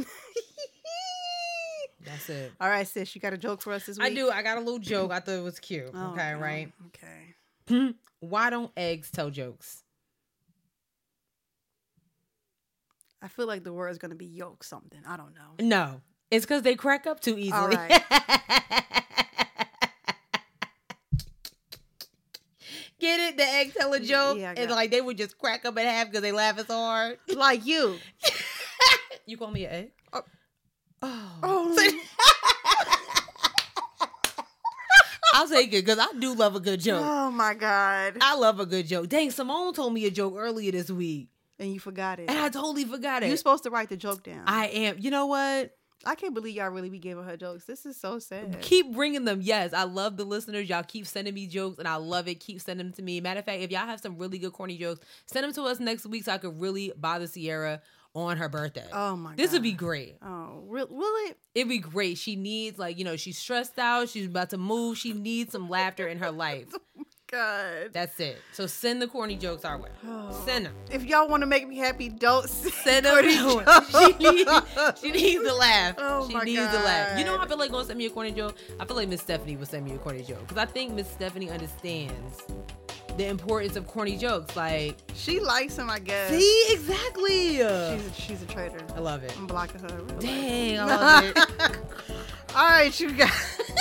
Speaker 2: That's it.
Speaker 1: All right, sis, you got a joke for us this week?
Speaker 2: I do. I got a little joke. I thought it was cute.
Speaker 1: Oh,
Speaker 2: okay,
Speaker 1: no.
Speaker 2: right?
Speaker 1: Okay.
Speaker 2: Why don't eggs tell jokes?
Speaker 1: I feel like the word is gonna be yolk something. I don't know.
Speaker 2: No, it's because they crack up too easily.
Speaker 1: All right.
Speaker 2: Get it? The egg tell a joke,
Speaker 1: yeah, I
Speaker 2: and
Speaker 1: got-
Speaker 2: like they would just crack up in half because they laugh so hard.
Speaker 1: like you.
Speaker 2: You call me an egg?
Speaker 1: Oh.
Speaker 2: Oh.
Speaker 1: Oh.
Speaker 2: I'll take it because I do love a good joke.
Speaker 1: Oh my god!
Speaker 2: I love a good joke. Dang, Simone told me a joke earlier this week,
Speaker 1: And you forgot it.
Speaker 2: and I totally forgot it.
Speaker 1: You're supposed to write the joke down. I,
Speaker 2: I am. You know what?
Speaker 1: can't believe y'all really be giving her jokes. This is so sad.
Speaker 2: Keep bringing them. Yes, I love the listeners. Y'all keep sending me jokes, and I love it. Keep sending them to me. Matter of fact, if y'all have some really good corny jokes, send them to us next week so I could really bother Sierra on her birthday.
Speaker 1: oh my.
Speaker 2: this would be
Speaker 1: God.
Speaker 2: great.
Speaker 1: Oh, re- will it?
Speaker 2: It'd be great. She needs like you know she's stressed out. She's about to move. She needs some laughter in her life.
Speaker 1: God.
Speaker 2: That's it. So send the corny jokes our way.
Speaker 1: Oh.
Speaker 2: Send them.
Speaker 1: If y'all want to make me happy, don't
Speaker 2: Send
Speaker 1: send
Speaker 2: them.
Speaker 1: corny jokes.
Speaker 2: She needs, she needs a laugh.
Speaker 1: Oh
Speaker 2: she
Speaker 1: my
Speaker 2: needs a laugh. You know,
Speaker 1: God.
Speaker 2: I feel like gonna send me a corny joke. I feel like Miss Stephanie would send me a corny joke because I think Miss Stephanie understands the importance of corny jokes. Like,
Speaker 1: She likes him, I guess.
Speaker 2: see, exactly.
Speaker 1: She's a, she's a traitor.
Speaker 2: I love it.
Speaker 1: I'm blocking her.
Speaker 2: Dang, I love it.
Speaker 1: All right, you guys.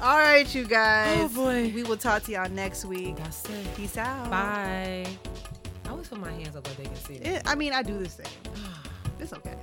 Speaker 1: All right, you guys.
Speaker 2: Oh, boy.
Speaker 1: We will talk to y'all next week.
Speaker 2: That's it.
Speaker 1: Peace out.
Speaker 2: Bye. I always put my hands up like they can see me.
Speaker 1: It, I mean, I do the same. It's okay.